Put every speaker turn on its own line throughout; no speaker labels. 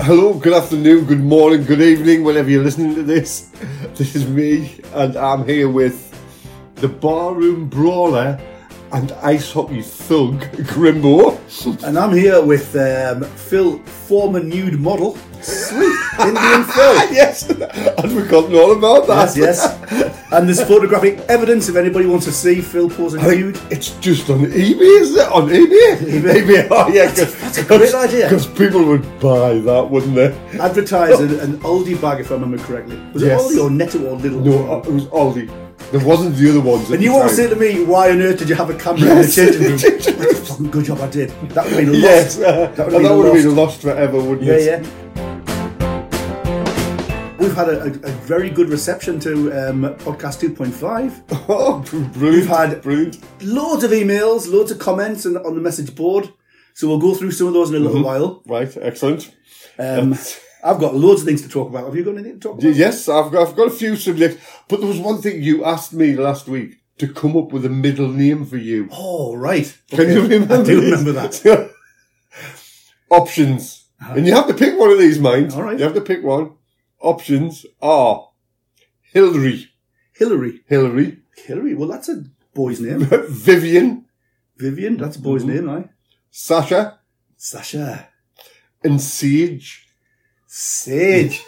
Hello, good afternoon, good morning, good evening, whenever you're listening to this. This is me, and I'm here with the barroom brawler and ice hockey thug, Grimbo.
And I'm here with um, Phil, former nude model. Sweet. Indian Phil.
Ah, yes, I'd forgotten all about that.
Yes, yes. And there's photographic evidence if anybody wants to see Phil posing
I think
nude.
it's just on eBay, isn't it? On eBay?
eBay.
Oh, yeah. That's,
a great idea.
Because people would buy that, wouldn't they?
Advertise an, an Aldi bag, if I remember correctly. Was
Yes.
it Aldi or Netto or Lidl?
No, uh, it was Aldi. There wasn't the other ones. at
and
the
you want to
time.
say to me, why on earth did you have a camera
Yes.
in the changing room? That's a fucking good job I did. That would have been lost.
Yes, uh,
That
and
would've
that
been
would have
lost.
been lost forever, wouldn't
Yeah,
it?
yeah. We've had a, a, a very good reception to um, podcast 2.5.
Oh, brilliant!
We've had-
brilliant.
Loads of emails, loads of comments on, on the message board. So we'll go through some of those in a
Mm-hmm.
little while.
Right, excellent.
Um, I've got loads of things to talk about. Have you got anything to talk
Y-
about?
Yes, I've got, I've got a few subjects, but there was one thing you asked me last week to come up with a middle name for you.
Oh, right.
Can
Okay.
you remember?
I do
this?
remember that.
Options, and you have to pick one of these, mind.
Uh-huh. All right.
you have to pick one. Options are Hillary,
Hillary.
Hillary,
Hillary. Well, that's a boy's name.
Vivian,
Vivian, that's a boy's
Mm-hmm.
name, aye.
Sasha,
Sasha.
and Sage.
Sage.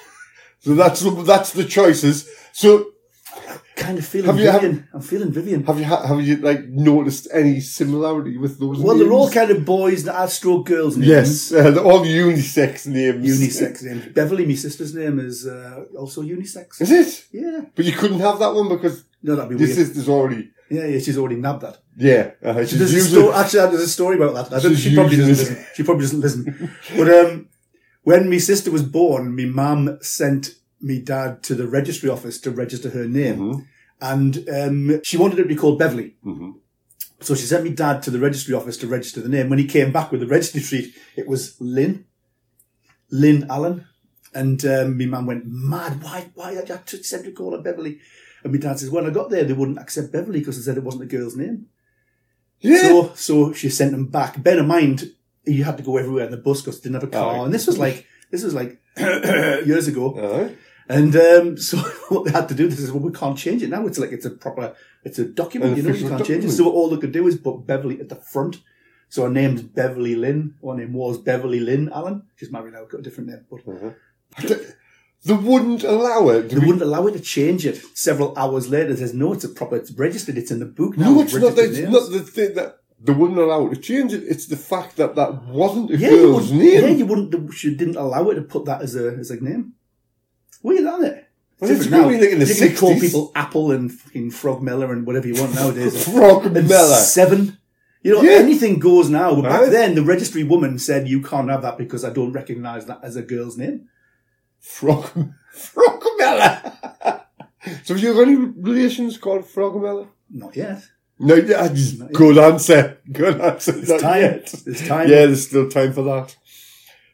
So that's the, that's the choices. So
kind of feeling
Have you- have-
Vivian. I'm feeling Vivian.
have you ha- have you like noticed any similarity with those?
well,
names?
they're all kind of boys that I stroke girls' names.
yes, uh, they're all unisex names.
unisex name. Beverly, my sister's name, is uh, also unisex.
is it?
Yeah.
But you couldn't have that one because
No, that'd be
your
weird.
sister's already
yeah, yeah, she's already nabbed that.
yeah. Uh, she's
There's a
using-
sto- actually, there's a story about that. I don't,
She's
she probably doesn't
using
listen. She probably doesn't listen. But um, when my sister was born, my mum sent me dad to the registry office to register her name.
Mhm.
And um, she wanted it to be called Beverly.
Mhm.
So she sent me dad to the registry office to register the name. When he came back with the registry sheet, it was Lynn, Lynn Allen. And um, my mum went mad. Why? Why did you have to send her call her Beverly? And my dad says, "When I got there, they wouldn't accept Beverly because they said it wasn't a girl's name."
Yeah.
So, so she sent them back. Bear in mind, you had to go everywhere in the bus because they didn't have a car.
Oh.
And this was like this was like years ago.
Uh,
And um, so what they had to do, they said, well, we can't change it now. It's like, it's a proper, it's a document,
An
you know, you
official
can't change it.
document.
So all they could do is put Beverly at the front. So her name's Beverly Lynn. Her name was Beverly Lynn Allen. She's married now, got a different name. But
they wouldn't allow it.
they wouldn't allow her to change it. Several hours later, it says, no, it's a proper, it's registered, it's in the book now.
no,
of
it's not. The,
registered
it's
names."
not the thing that they wouldn't allow it to change it. It's the fact that that wasn't a
yeah, you
girl's
wouldn't,
name.
yeah, you wouldn't, she didn't allow her to put that as a, as a name. Weird, aren't it?
Well, it's
Different
really like in the
you can call
60s.
people Apple and fucking Frog Miller and whatever you want nowadays.
Frog
and
Miller.
seven. You know,
Yeah.
anything goes now. But back
Right.
then, the registry woman said, "You can't have that because I don't recognise that as a girl's name."
Frog Frogmella. so have you got any relations called Frogmella?
Not yet.
No, yeah, just
Not yet.
good answer. Good answer.
It's
Not
time.
yet.
It's time.
Yeah, there's still time for that.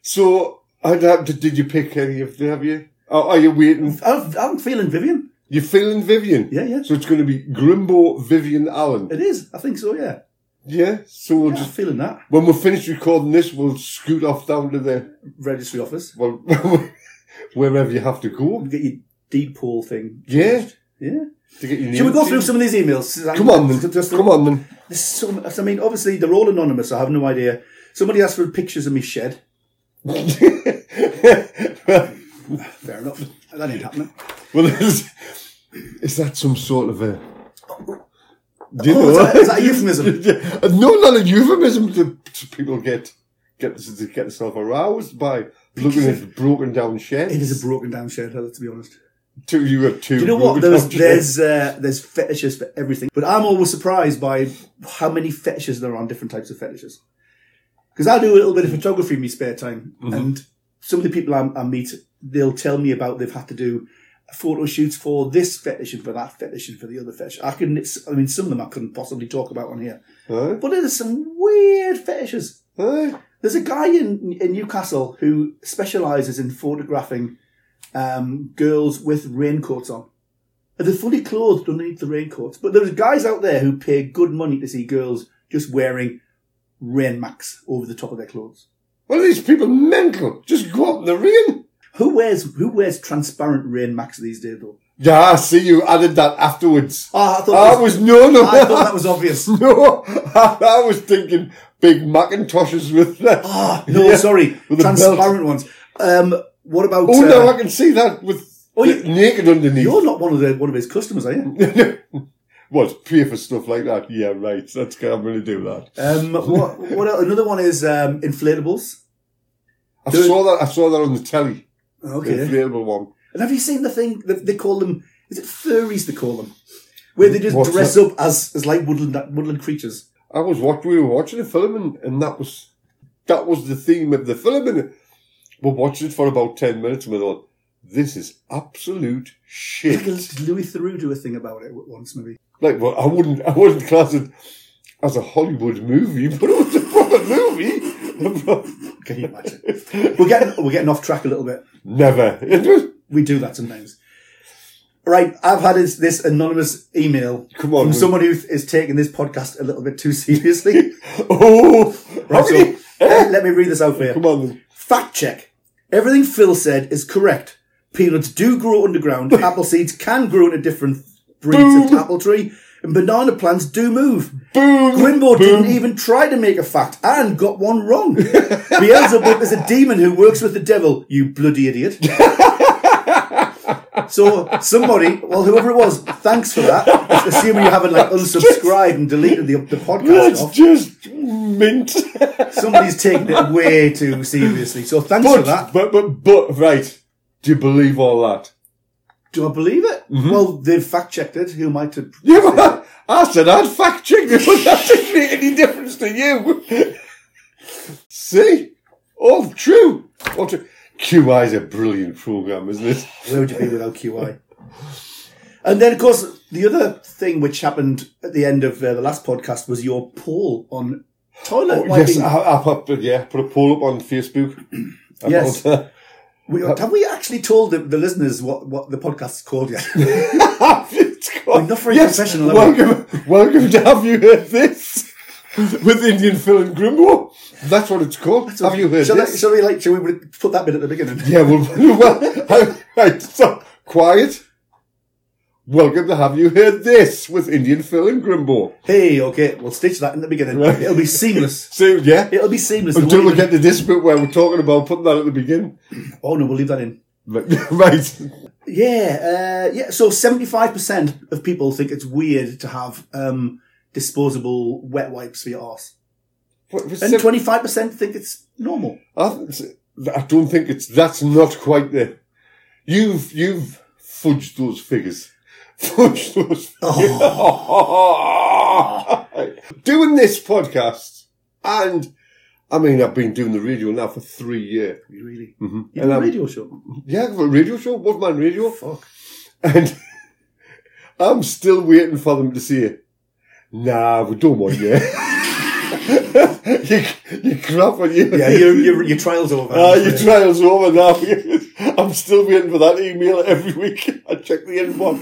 So, I don't- did you pick any of them? Have you? Or are you waiting?
I'm, I'm feeling Vivian.
You're feeling Vivian.
Yeah, yeah.
So it's going to be Grimbo Vivian Allen.
It is. I think so. Yeah.
Yeah. So we'll
yeah I'm
just
feeling that
when we're finished recording this, we'll scoot off down to the
registry office.
well, wherever you have to go
Get your deed poll thing.
Yeah.
Yeah.
to get your name.
Should we go through
changed.
some of these emails? Suzanne?
Come on, then.
Just-
Come on, then.
There's so much. I mean, obviously they're all anonymous. I have no idea. Somebody asked for pictures of me shed.
well,
Fair enough. That ain't happening.
is, is that some sort of a? Do you
Oh, is,
know?
that, is that a euphemism?
no, not a euphemism. To, to people get get to get themselves aroused by looking at broken down sheds.
It is a broken down shed. To be honest.
two. You got two.
Do you know what?
broken
There's
down sheds.
there's uh, there's fetishes for everything, but I'm always surprised by how many fetishes there are on different types of fetishes. Because I do a little bit of photography in my spare time, and some of the people I, I meet, they'll tell me about they've had to do photo shoots for this fetish and for that fetish and for the other fetish. I couldn't. I mean, some of them I couldn't possibly talk about on here,
Huh?
but there's some weird fetishes.
Huh?
There's a guy in in Newcastle who specialises in photographing um, girls with raincoats on. And They're fully clothed underneath the raincoats, but there's guys out there who pay good money to see girls just wearing rain max over the top of their clothes.
What are these people mental? Just go out in the rain.
Who wears who wears transparent rain max these days though?
Yeah, I see you added that afterwards.
Oh, I thought,
I
that was,
was no, no,
I thought that was obvious.
no. I, I was thinking big Macintoshes with that.
Ah, no,
Yeah,
sorry,
with the
transparent ones. Um, what about?
Oh
uh,
no, I can see that with
Oh, you-
it naked underneath.
you're not one of the one of his customers, are you?
What pay for stuff like that? Yeah, right. That's good. I'm going to do that.
Um, what? What? el- Another one is um, inflatables.
I
Do it.
saw that. I saw that on the telly. The
Okay.
inflatable one.
And have you seen the thing that they call them? Is it furries? They call them where they just
What's
dress up as as like woodland woodland creatures.
I was what we were watching a film, and, and that was that was the theme of the film. And we watched it for about ten minutes, and we thought, "This is absolute
Like a
shit."
Louis Theroux do a thing about it once, maybe.
like, well, I wouldn't, I wouldn't class it as a Hollywood movie, but it was a proper movie.
Can you imagine? we're getting we're getting off track a little bit.
Never. It was.
We do that sometimes. Right, I've had this, this anonymous email
Come on,
from
we-
someone who is taking this podcast a little bit too seriously.
Oh,
Right,
how
so,
many-
let, let me read this out for you.
Come on, then.
Fact check. Everything Phil said is correct. Peanuts do grow underground. apple seeds can grow into different breeds
Boom.
of apple tree. And banana plants do move.
boom.
Grimbo didn't even try to make a fact and got one wrong. Beelzebub is a demon who works with the devil, you bloody idiot. so somebody, well, whoever it was, thanks for that. Assuming you haven't like unsubscribed and deleted the, the podcast
That's
off.
just mint.
Somebody's taking it way too seriously. So thanks for
but,
that.
but but but right. Do you believe all that?
Do I believe it?
Mm-hmm.
Well, they've fact checked it. Who am I to?
Yeah, but I said I'd fact check it, but that didn't make any difference to you. See? All true. All true. QI is a brilliant program, isn't it?
Where would you be without QI? And then, of course, the other thing which happened at the end of uh, the last podcast was your poll on toilet
Oh, yes,
wiping.
I, I, put, yeah, put a poll up on Facebook. about,
Yes.
uh,
We- have we actually told the, the listeners what, what the podcast's called yet?
it's called,
not very professional, are we?
Welcome, welcome to Have You Heard This? With Indian Phil and Grimbo. That's what it's called. Have you heard
shall I-
this?
shall we like? Shall we re- put that bit at the beginning?
Yeah, well, well I, right, stop. Quiet. Welcome to Have You Heard This with Indian Phil and Grimbo.
Hey, okay, we'll stitch that in the beginning.
Right.
It'll be seamless.
So, yeah,
It'll be seamless. It
until
won't
we
even-
get to this bit where we're talking about putting that at the beginning.
Oh no, we'll leave that in.
But- right.
Yeah, uh, yeah. So seventy-five percent of people think it's weird to have um, disposable wet wipes for your ass,
What was
and
it?
twenty-five percent think it's normal.
I th- I don't think it's, that's not quite the, you've, you've fudged those figures. Fudged those figures.
Oh.
doing this podcast and, I mean, I've been doing the radio now for three years.
You really?
Mhm.
You
And,
have a
um,
radio show?
Yeah, for a radio show, One Man Radio.
Fuck.
And I'm still waiting for them to say, nah, we don't want you. you, you crap on you.
Yeah, your, your, Uh, your trial's over.
Ah, your trial's over now. I'm still waiting for that email every week. I check the inbox.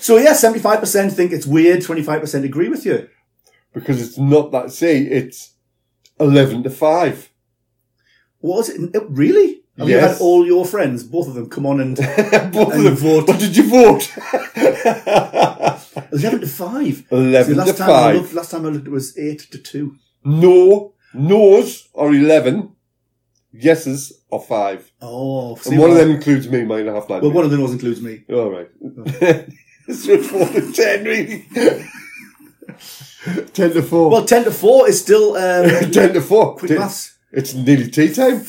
so yeah, seventy-five percent think it's weird. Twenty-five percent agree with you.
Because it's not that, say, it's 11 to 5.
What was it? it really? And you
Yes.
had all your friends, both of them, come on and
Both
And
of them.
vote.
What did you vote?
eleven to five. See,
11 to
last time I
5.
looked, last time I looked, it was eight to two.
No, no's are 11, yeses are 5.
Oh, see,
and one of
well,
them includes me, mine and a half line.
Well, one of the knows includes me.
All right. it's with 4 to 10, really. 10 to 4.
Well, ten to four is still um,
10 to 4.
quick
Ten-
maths.
It's nearly tea time.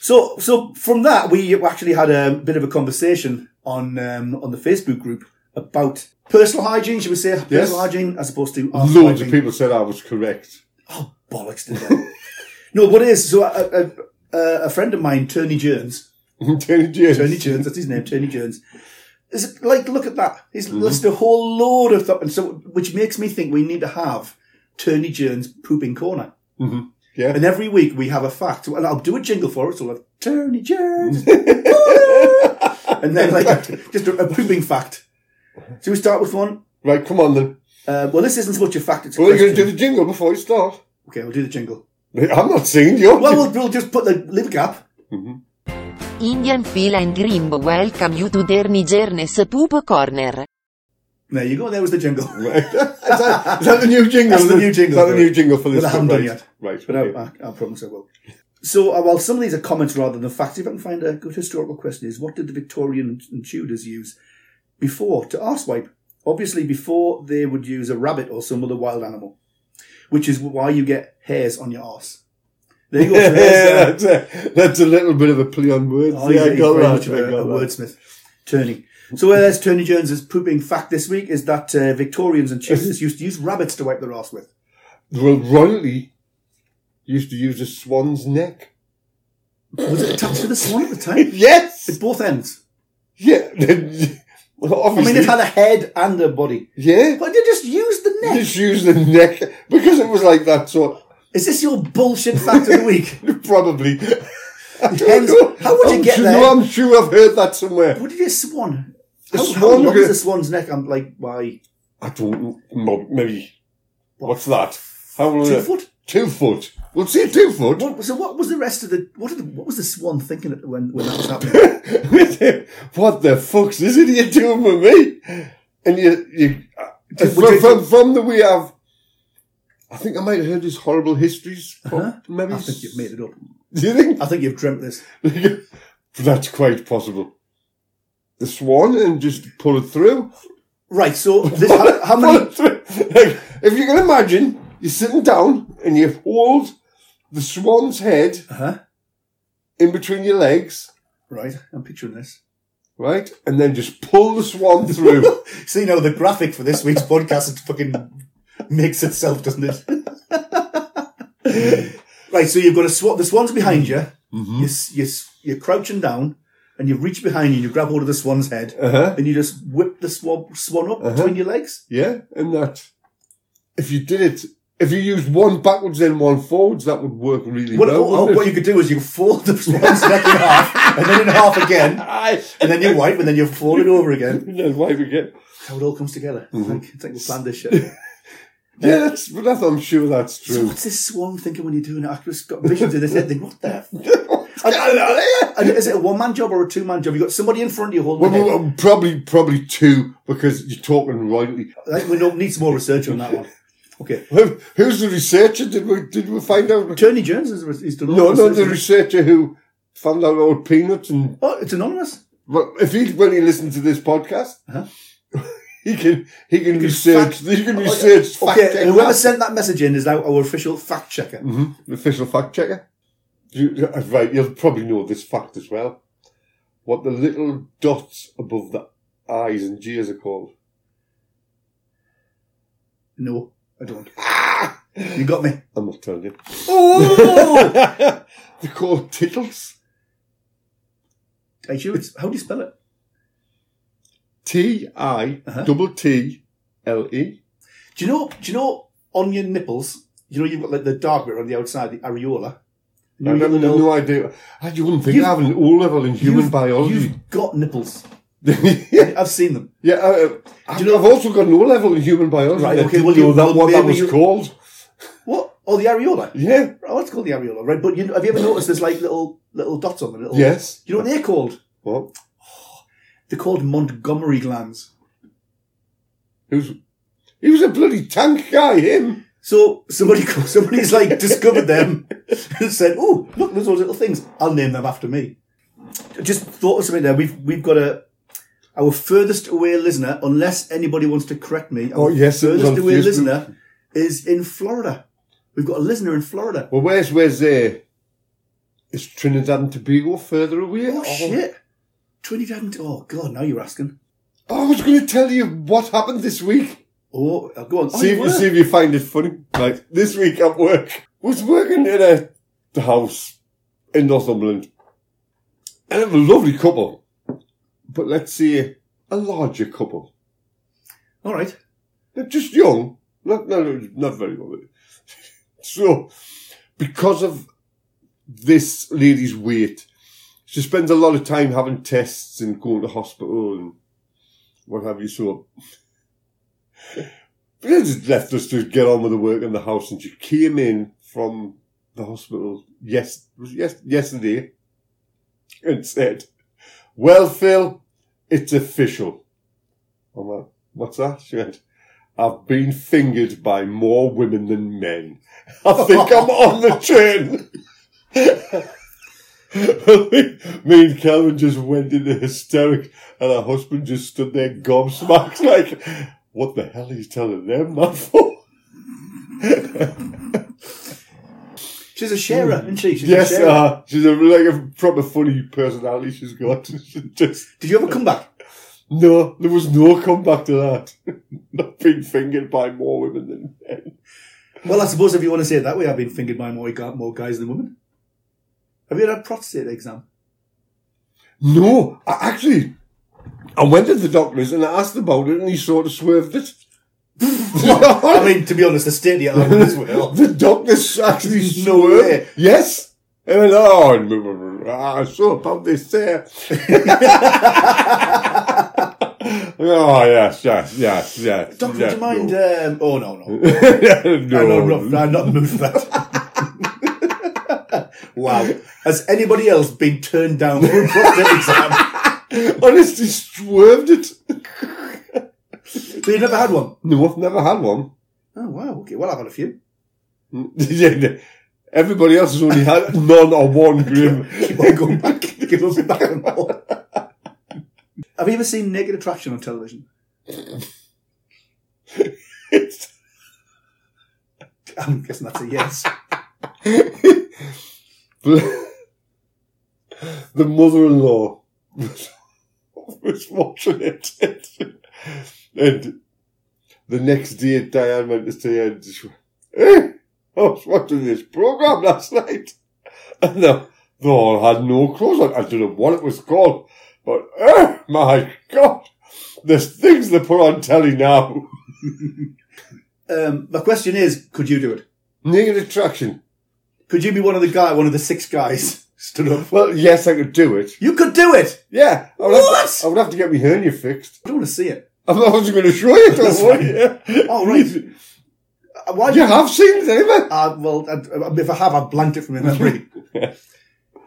So, so from that, we actually had a bit of a conversation on um, on the Facebook group about personal hygiene. Should we say personal hygiene as opposed to arse
Loads of
wiping?
people said I was correct.
Oh bollocks! Did they? no, what it is? So, a, a, a- a friend of mine, Tony Jones,
Tony Jones.
Tony Jones, that's his name, Tony Jones. Is like, look at that. He's
Mm-hmm.
listed a whole load of stuff, and so which makes me think we need to have Tony Jones pooping corner.
Mm-hmm. Yeah.
And every week we have a fact, and I'll do a jingle for it. So I'll have Tony Jones, and then like just a, a pooping fact. So we start with one.
right, come on then.
Uh, well, this isn't so much a fact. It's a
Well, you're going to
question.
do the jingle before you start.
Okay, we'll do the jingle.
I'm not singing. You're
Well, we'll, we'll just put the little gap.
Indian Fila and Grimbo welcome you to their Nigernes Poop Corner.
There you go. There was the jingle.
Right. is, that- is that the new jingle?
That's the new jingle
Is that
for
the
it.
new jingle for this?
But I haven't
one?
done
right.
yet.
Right.
But I, I, I promise I will. So, uh, while some of these are comments rather than facts, if I can find a good historical question, is what did the Victorian and Tudors use before to arsewipe? Obviously, before they would use a rabbit or some other wild animal, which is why you get hairs on your arse. There you go.
yeah,
so there's, uh,
that's, a, that's a little bit of a play on Uh, words.
Oh,
yeah,
yeah,
I
he's
got
very
that,
much of
I
a,
got
a
that.
wordsmith. Turney. So where there's Turney Jones's pooping fact this week is that uh, Victorians and Tudors used to use rabbits to wipe their arse with.
Well, Rowley used to use a swan's neck.
Was it attached to the swan at the time?
Yes.
It's both ends.
Yeah. well,
I
obviously.
mean, it had a head and a body.
yeah.
But they just used the neck.
Just use the neck because it was like that. So
Is this your bullshit fact of the week?
probably. I don't
Depends.
know.
How would you
I'm
get
sure,
there?
No, I'm sure I've heard that somewhere.
What did you swan?
The
How, how
swan
long
could-
is the swan's neck? I'm like, why?
I don't know. Maybe. What's that? How long? is
Two
it?
foot?
Two foot. We'll see two foot.
What, so what was the rest of the what, are the, what was the swan thinking at- when, when that was happening?
what the fuck's this idiot doing with me? And you, you uh,
Did-
from,
would
from, from the way I've, I think I might have heard his horrible histories.
Huh?
Maybe.
Uh-huh. I think you've made it up.
Do you think?
I think you've dreamt this.
That's quite possible. The swan and just pull it through.
Right, so this, how, how many?
Pull it through. Like, if you can imagine, you're sitting down and you hold the swan's head
Uh-huh.
in between your legs,
Right, I'm picturing this.
right, and then just pull the swan through.
See, now the graphic for this week's podcast it fucking makes itself, doesn't it? right, so you've got a swan. The swan's behind you. You s You, s- you're crouching down, and you reach behind you. and You grab hold of the swan's head,
Uh-huh.
and you just whip the swan swan up between your legs.
Yeah, and that if you did it, if you used one backwards and one forwards, that would work really
What,
well.
oh,
wouldn't
what
it?
you could do is you fold the swan's neck in half, and then in half again,
Aye.
and then you wipe, and then you fold it over again.
And then wipe again.
How it all comes together. I think It's like we planned this shit.
Yeah, that's, but that's, I'm sure that's
So
true.
what's this swan thinking when you're doing it? I've just got visions of this head thing. What the? f- And is it a one man job or a two man job? You've got somebody in front of you holding
Well,
the
well,
head.
well, probably, probably two because you're talking rightly.
I think we don't need some more research on that one. Okay.
Who- Who's the researcher? Did we did we find out?
Attorney Jones is he's done all
No,
the
no,
research.
the researcher who found out old peanuts and
Oh, it's anonymous.
Well, if he when he listens to this podcast,
Uh-huh.
he can he can research
fact- Oh,
he can research fact
Okay,
check
and whoever
that.
sent that message in is now our official fact checker.
Mhm, the official fact checker. You, uh, right, you'll probably know this fact as well. What the little dots above the eyes and G's are called?
No, I don't. You got me.
Ah! I'm not telling you.
Oh!
They're called tittles.
Are you sure it's, how do you spell it?
T I
Uh-huh.
double T L E.
Do you know? Do you know on your nipples? You know you've got like the dark bit on the outside, the areola.
I have
You know-
no idea. I you wouldn't think
You've-
I have an O level in human
You've-
biology.
You've got nipples.
yeah,
I've seen them.
Yeah, uh, I've,
Do you know-
I've also got no level in human biology.
Right,
Right,
okay,
okay,
well,
you know
you-
that
well,
what that
maybe
was
you-
called.
What? Oh, the areola.
Yeah,
Oh, it's called the areola, right? But you know, have you ever noticed there's like little little dots on them? Little,
yes.
You know what they're called?
What?
They're called Montgomery glands.
He was, he was a bloody tank guy, him.
So somebody somebody's like discovered them and said, "Oh, look, there's those little things. I'll name them after me." Just thought of something there. We've we've got a our furthest away listener, unless anybody wants to correct me. Our
Oh, yes, it was
furthest
on
away
Facebook.
listener is in Florida. We've got a listener in Florida.
Well, where's, where's, uh, is Trinidad and Tobago further away?
Oh, shit! Trinidad and oh god, now you're asking.
Oh, I was going to tell you what happened this week.
Oh, uh, go on. Oh,
see,
you
if you,
were.
see if you find it funny. Like, this week at work, was working in a the house in Northumberland. And it was a lovely couple. But let's say a larger couple.
All right.
They're just young. Not, not, not very old. So, because of this lady's weight, she spends a lot of time having tests and going to hospital and what have you. So, they just left us to get on with the work in the house, and she came in from the hospital yes, was it yes yesterday, and said, "Well, Phil, it's official." I'm like, "What's that?" She went, "I've been fingered by more women than men. I think I'm on the train." Me and Calvin just went into hysteric, and her husband just stood there gobsmacked, like, "What the hell are you telling them that for?"
She's a sharer, isn't she? She's
Yes,
a sharer.
uh, she's a like a proper funny personality. She's got She just
Did you ever come back?
no. There was no comeback to that. Not being fingered by more women than men.
Well, I suppose if you want to say it that way, I've been fingered by more, gu- more guys than women. Have you had a prostate exam?
No, I actually, I went to the doctors and I asked about it, and he sort of swerved it.
I mean, to be honest, the state of the island as well.
the doctors actually
No
swerved.
way.
Yes. And went, oh, I saw about this there. oh, yes, yes, yes, yes.
Doctor,
yes,
would you mind?
no.
Um, oh no, no,
no.
I'm not, rough, I'm not moved for that. wow, has anybody else been turned down for a prostate exam?
Honestly, swerved it.
So you never had one?
No, I've never had one.
Oh wow, okay. Well, I've had a few.
Yeah, no. Everybody else has only had none or one grim.
Keep on going back. Give us back and more. Have you ever seen Naked Attraction on television?
It's-
I'm guessing that's a yes.
the the mother-in-law was, was watching it, and the next day Diane went to say, her and she went, "Eh, I was watching this program last night, and the, they all had no clothes on. I don't know what it was called, but oh my god, there's things they put on telly now.
Um, my question is, could you do it?
Naked attraction.
Could you be one of the guy, one of the six guys stood up?
Well, yes, I could do it.
You could do it.
Yeah, I would, Have,
What?
to, I would have to get my hernia fixed.
I don't want to see it.
I'm not going to show you. Don't
That's
worry.
Oh, right. Uh, Why?
You have seen eh? it, haven't
Uh, well, I, if I have, I've blanked it from my memory.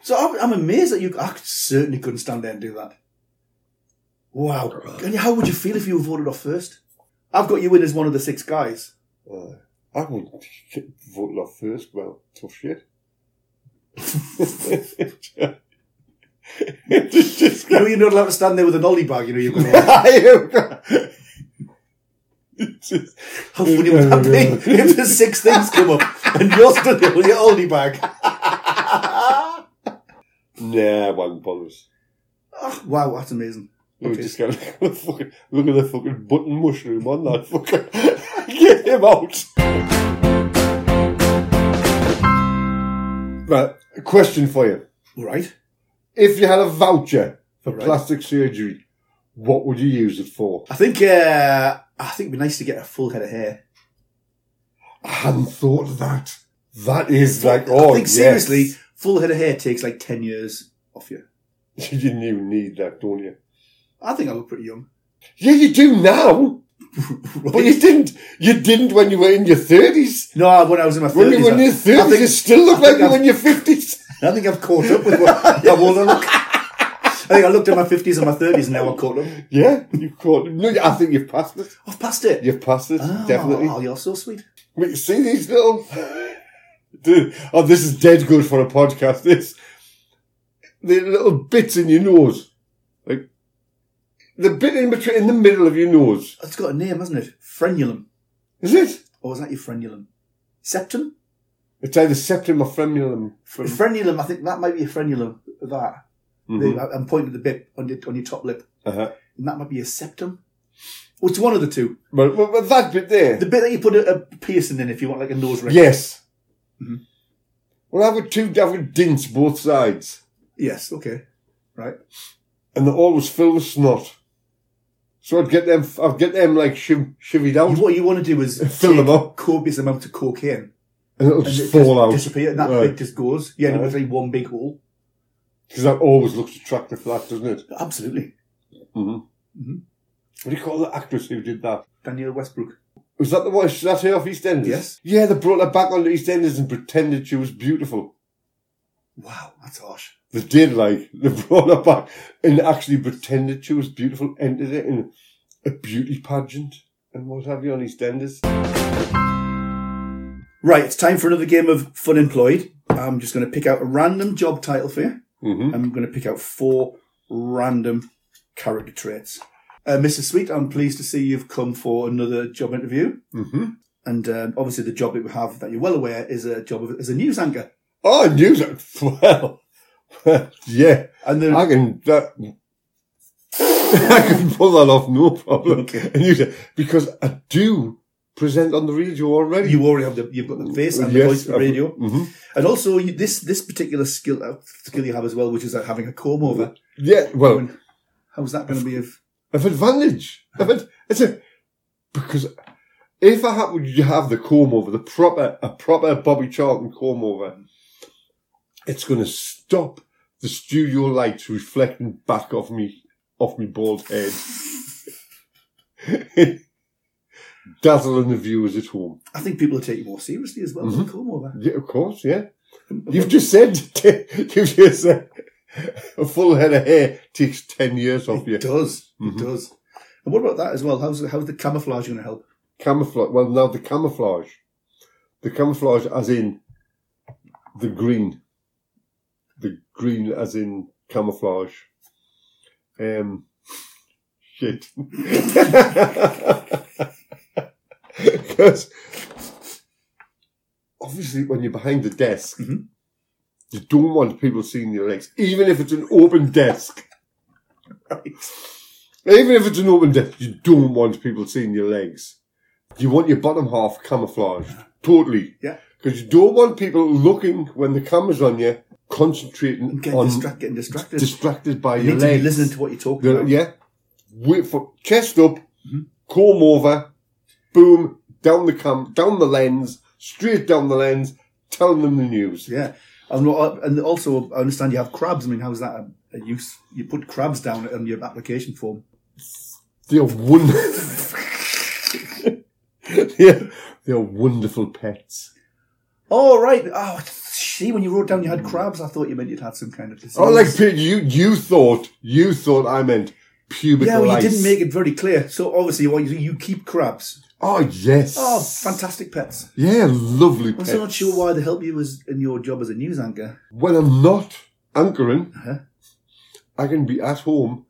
so I'm, I'm amazed that you. I certainly couldn't stand there and do that. Wow. And how would you feel if you were voted off first? I've got you in as one of the six guys.
you? Uh, I wouldn't get voted off first. Well, tough shit. It's just-
You know, you're not allowed to stand there with an ollie bag. You "Oh, know, you're going.
It's just-
How funny would that be if the six things come up and you're stood there with your oldie bag?
nah, I wouldn't bother us.
Oh, wow, that's amazing.
We were
Okay.
just going to look, at the fucking- look at the fucking button mushroom on that fucker. Get him out. Right, a question for you.
Right.
If you had a voucher for
Right.
plastic surgery, what would you use it for?
I think uh, I think it'd be nice to get a full head of hair.
I hadn't thought of that. That is like,
I
oh,
think
yes.
seriously, full head of hair takes like ten years off you.
You didn't even need that, don't you?
I think I look pretty young.
Yeah, you do now, but you didn't. You didn't when you were in your thirties.
No, when I was in my
When you
thirties,
were in your
I,
thirties, you still look
I
like
think
you were
I've-
in your fifties.
I think I've caught up with what how old I look. I think I looked at my fifties and my thirties, and now I've caught up.
Yeah, you caught. No, I think you've passed it.
I've passed it.
You've passed it,
Oh,
definitely.
Oh, you're so sweet.
Wait, see these little. Dude, oh, this is dead good for a podcast. This. The little bits in your nose. Like. The bit in between, in the middle of your nose.
It's got a name, hasn't it? Frenulum.
Is it?
Or is that your frenulum? Septum?
It's either septum or frenulum.
A
Fren-
frenulum, I think that might be a frenulum. That.
Mhm.
The- I'm pointing at the bit on your, on your top lip.
Uh-huh.
And that might be a septum. Well, it's one of the two.
But, but, but that bit there.
The bit that you put a, a piercing in if you want like a nose ring.
yes.
Mhm.
Well, I would two, I would dints both sides.
Yes, okay. Right.
And they're always filled with snot. So I'd get them, I'd get them like shiv- shivvied out.
What you want to do is
Fill them
take
up.
copious amount of cocaine
And it'll
and
just
it
fall out.
just disappear and that
Right.
bit just goes. Yeah, and it was like one big hole.
Because that always looks attractive, that doesn't it?
Absolutely.
What do you call the actress who did that?
Daniel Westbrook.
Was that the one? Is that her off EastEnders?
Yes.
Yeah, they brought her back onto EastEnders and pretended she was beautiful.
Wow, that's harsh.
They did, like, they brought her back and actually pretended she was beautiful, entered it in a beauty pageant and what have you on EastEnders.
Right, it's time for another game of Fun Employed. I'm just going to pick out a random job title for you.
Mm-hmm.
I'm going to pick out four random character traits. Uh, Mrs. Sweet, I'm pleased to see you've come for another job interview.
Mm-hmm.
And um, obviously, the job that we have that you're well aware is a job of, as a news anchor.
Oh, news. Well, yeah.
And the,
I can that, I can pull that off no problem.
Okay.
And you say, because I do present on the radio already.
you already have the you've got the face and the voice for radio,
hmm
and also you, this this particular skill uh, skill you have as well, which is uh, having a comb over.
Yeah, well,
How's that going to be? If
of advantage. Of ad, it's a, because if I happen to have the comb over, the proper a proper Bobby Charlton comb over, it's going to stop the studio lights reflecting back off me off me bald head, dazzling the viewers at home.
I think people will take you more seriously as well with
Mm-hmm.
a comb over.
Yeah, of course, yeah. You've just said you've just said a full head of hair takes ten years off you.
It does.
Mhm.
It does. And what about that as well? How's how's the camouflage going to help?
camouflage. Well, now the camouflage, the camouflage as in the green, the green as in camouflage. Um, shit. Because obviously, when you're behind the desk,
Mhm.
you don't want people seeing your legs, even if it's an open desk. Even if it's an open desk, you don't want people seeing your legs. You want your bottom half camouflaged. Totally.
Yeah.
Because you don't want people looking when the camera's on you, concentrating
Getting,
on
distra- getting distracted.
distracted by
you
your
need to be
legs.
listening to what you're talking
The-
about.
yeah. Whip for chest up,
Mm-hmm.
comb over, boom, down the cam down the lens, straight down the lens, telling them the news.
Yeah. And, what- and also, I understand you have crabs. I mean, how's that a, a use? You put crabs down on your application form.
They're wonderful. yeah, they're wonderful pets.
Oh, right. Oh, see, when you wrote down you had crabs, I thought you meant you'd had some kind of disease.
Oh, like Pete, you you thought you thought I meant pubic
Yeah, well, you
lice.
didn't make it very clear. So obviously, what you, do, you keep crabs.
Oh yes.
Oh, fantastic pets.
Yeah, lovely
I'm
pets.
still not sure why they help you as in your job as a news anchor.
when I'm not anchoring,
Uh-huh.
I can be at home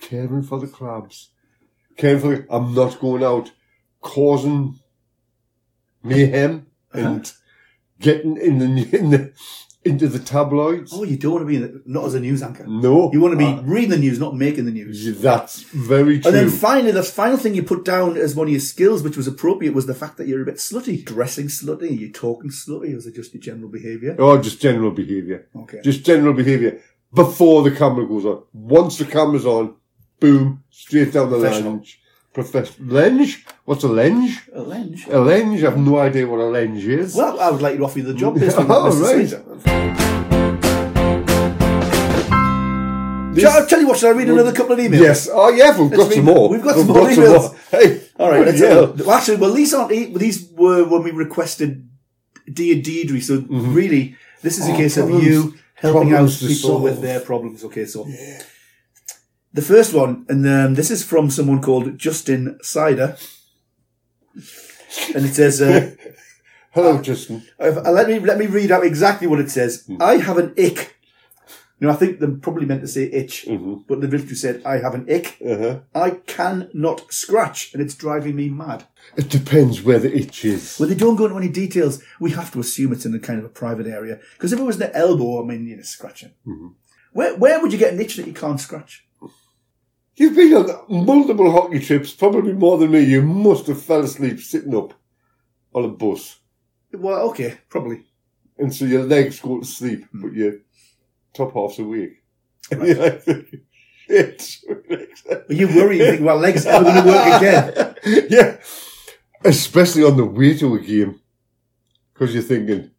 caring for the crabs. Caring for the, I'm not going out causing mayhem
Uh-huh.
and getting in the, in the into the tabloids.
Oh, you don't want to be in the, not as a news anchor.
no,
You want to be reading the news, not making the news.
Uh, that's very true.
And then finally, the final thing you put down as one of your skills, which was appropriate, was the fact that you're a bit slutty. Dressing slutty, you talking slutty, or is it just your general behaviour?
or Oh, just general behaviour.
Okay.
Just general behaviour before the camera goes on. Once the camera's on, boom, straight down the
Professional.
lens. Professional lenge? What's a lenge?
a lenge.
A lenge? I've no idea what a lenge is.
Well, I would like to offer you the job based on that,
Oh,
Mr. Sweet.
This-
Shall I tell you what, shall I read another couple of emails?
Yes. Oh, yeah. We've got
Let's
some
read-
more.
we've got some more emails.
Hey.
All right, let's
yeah.
well, actually, well, these aren't e- these were when we requested Dear Deidre, so really, this is a
Mm-hmm. Oh,
case
problems.
of you helping
Problems
out
to
people
solve.
with their problems. Okay, so the first one, and um, this is from someone called Justin Sider, and it says. Uh,
Hello, Justin.
If, uh, let me let me read out exactly what it says.
Hmm.
I have an ick. Now I think they probably meant to say itch,
Mm-hmm.
but they literally said I have an ick.
Uh-huh.
I cannot scratch, and it's driving me mad.
It depends where the itch is.
Well, they don't go into any details. We have to assume it's in a kind of a private area because if it was an elbow, I mean, you know, scratching.
Mm-hmm.
Where where would you get an itch that you can't scratch?
You've been on multiple hockey trips, probably more than me. You must have fell asleep sitting up on a bus,
Well, okay, probably.
and so your legs go to sleep, but your top half's awake. And you're like, Shit.
But you worry. You think, well, legs never going to work again.
yeah. Especially on the way to a game. Because you're thinking,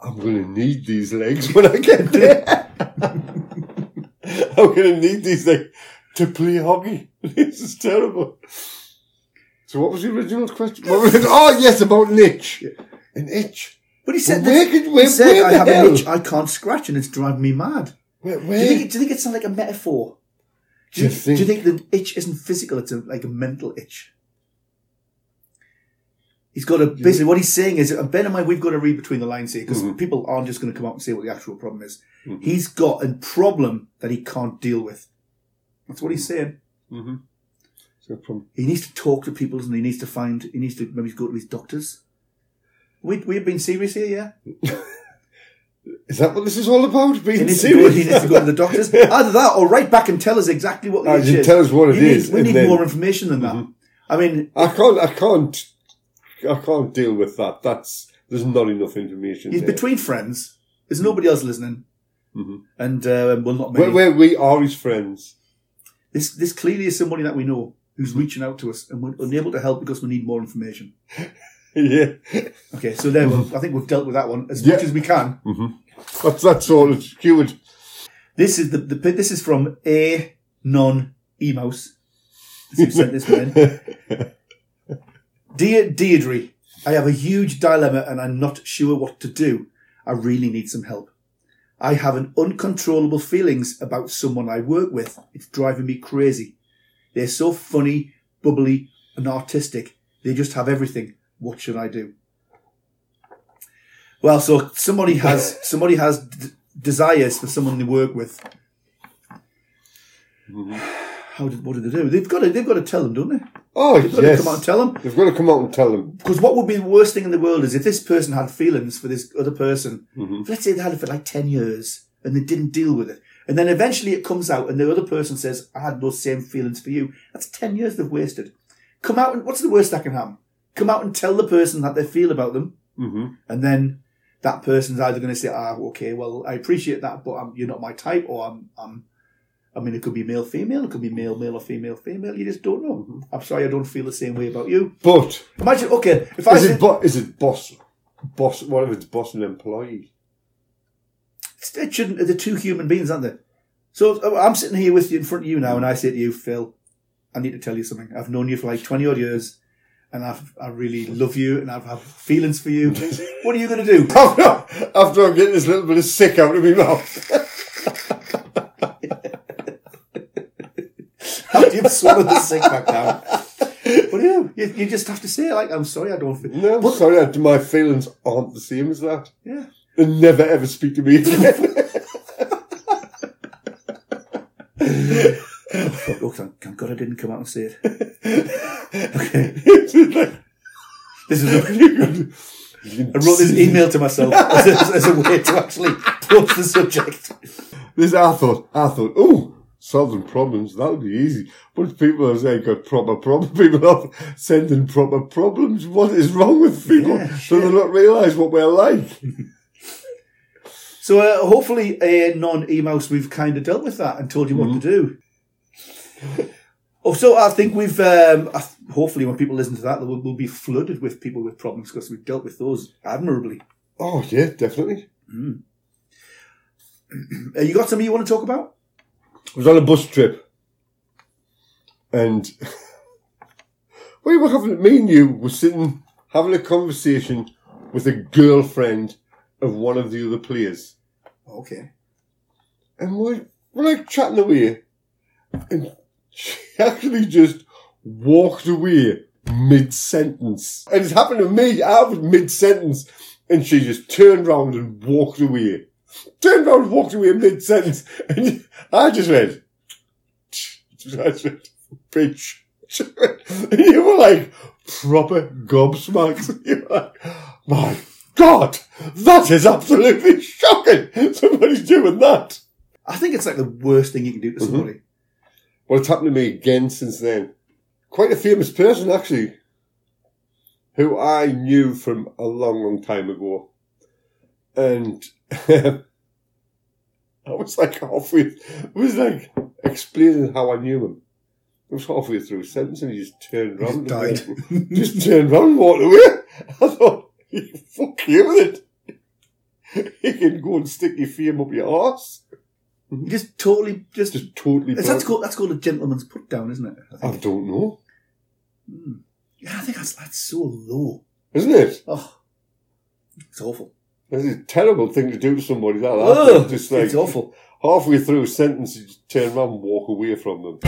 I'm going to need these legs when I get there. I'm going to need these legs to play hockey. This is terrible. So what was the original question? What was it? Oh yes, about an itch. An itch.
But he said,
Where
that,
could-
he
where-
said
where
I
the
have
hell?"
an itch I can't scratch and it's driving me mad.
Where?
Do
where?
you think, do you think it's not like a metaphor? Do you,
Do you
do you think the itch isn't physical? It's a, like a mental itch. He's got a basically what he's saying is, and bear in mind, we've got to read between the lines here because people aren't just going to come up and say what the actual problem is. He's got a problem that he can't deal with. That's what he's saying.
So from-
He needs to talk to people, and he He needs to find. He needs to maybe go to his doctors. We we've been serious here, yeah.
Is that what this is all about? Being
He needs, to go,
serious.
he needs to go to the doctors. Either that or write back and tell us exactly what the
Ah,
itch
just
is.
tell us what it
You need-
is,
We
and
need
then- Mm-hmm.
more information than that. I mean,
I can't. I can't. I can't deal with that. That's there's not enough information.
he's
there.
between friends. There's nobody else listening.
Mhm.
And, uh, well, not many.
where, where we are his friends.
This, this clearly is somebody that we know who's reaching out to us and we're unable to help because we need more information.
yeah,
Okay, so there, I think we've dealt with that one as
Mm-hmm. Yeah.
much as we can.
that's that's all. It's skewed.
This is the, the bit- this is from a non emos. Who sent this one in? Dear Deirdre, I have a huge dilemma and I'm not sure what to do. I really need some help. I have an uncontrollable feelings about someone I work with. It's driving me crazy. They're so funny, bubbly, and artistic. They just have everything. What should I do? Well, so somebody has somebody has d- desires for someone they work with. How did what do they do? They've got to they've got to tell them, don't they?
Oh
They've got
yes,
to come out and tell them.
They've got to come out and tell them.
Because what would be the worst thing in the world is if this person had feelings for this other person. Let's say they had it for like 10 years and they didn't deal with it. And then eventually it comes out and the other person says, I had those same feelings for you. That's 10 years they've wasted. Come out and what's the worst that can happen? Come out and tell the person that they feel about them.
Mhm.
And then that person's either going to say, ah, okay, well, I appreciate that, but i you're not my type or I'm, I'm, I mean, it could be male, female, it could be male, male or female, female. You just don't know. I'm sorry, I don't feel the same way about you.
But
Imagine, okay, if I
is
said,
it bo- is it boss, boss? What if it's boss and employee?
it shouldn't, they're two human beings, aren't they? So oh, I'm sitting here with you in front of you now, and I say to you, Phil, I need to tell you something. I've known you for like 20 odd years, and I've, I really love you, and I've had feelings for you. what are you going to do?
After, after I'm getting this little bit of sick out of my mouth.
After you've swallowed the sick back down. What do you do? You, you just have to say, like, I'm sorry, I don't feel.
No, I'm
But-
sorry, I- my feelings aren't the same as that.
Yeah.
And never ever speak to me again.
But look, thank thank God I didn't come out and say it.
It's like,
This is a,
you could- you
I
could
wrote this
see-
email to myself as a, as a way to actually broach the subject.
This I thought, I thought, oh, solving problems, that'll be easy. But people are saying got proper problems. People are sending proper problems. What is wrong with people?
Yeah,
Do they not realise what we're like?
So uh, hopefully, uh, non emails, we've kind of dealt with that and told you what to do. Also, I think we've um, I th- hopefully when people listen to that, we'll, we'll be flooded with people with problems because we've dealt with those admirably.
Oh, yeah, definitely.
Uh, you got something you want to talk about?
I was on a bus trip, and we were having me and you were sitting having a conversation with a girlfriend of one of the other players,
Okay.
and we're, we're like chatting away, and she actually just walked away mid sentence, and it's happened to me. I was mid sentence, and she just turned round and walked away. Turned round, and walked away mid sentence, and I just went. I said, bitch. And you were like proper gobsmacked. You were like, my God, that is absolutely shocking. Somebody's doing that.
I think it's like the worst thing you can do to
Mm-hmm.
somebody.
Well, it's happened to me again since then. Quite a famous person, actually, who I knew from a long, long time ago. And I was like halfway, I was like explaining how I knew him. I was halfway through a sentence and he just turned round.
just
and- just turned round and walked away. I thought, you fuck you with it. You can go and stick your thumb up your arse.
You just totally just.
Mm-hmm. Just totally.
It's- that's
broke-
called that's called a gentleman's put down, isn't it? I
I
think.
don't know.
Yeah, I think that's that's so low.
Isn't it?
Oh, it's awful.
That's a terrible thing to do to somebody like that.
Ugh,
Just like
it's awful.
halfway through a sentence, you just turn around and walk away from them.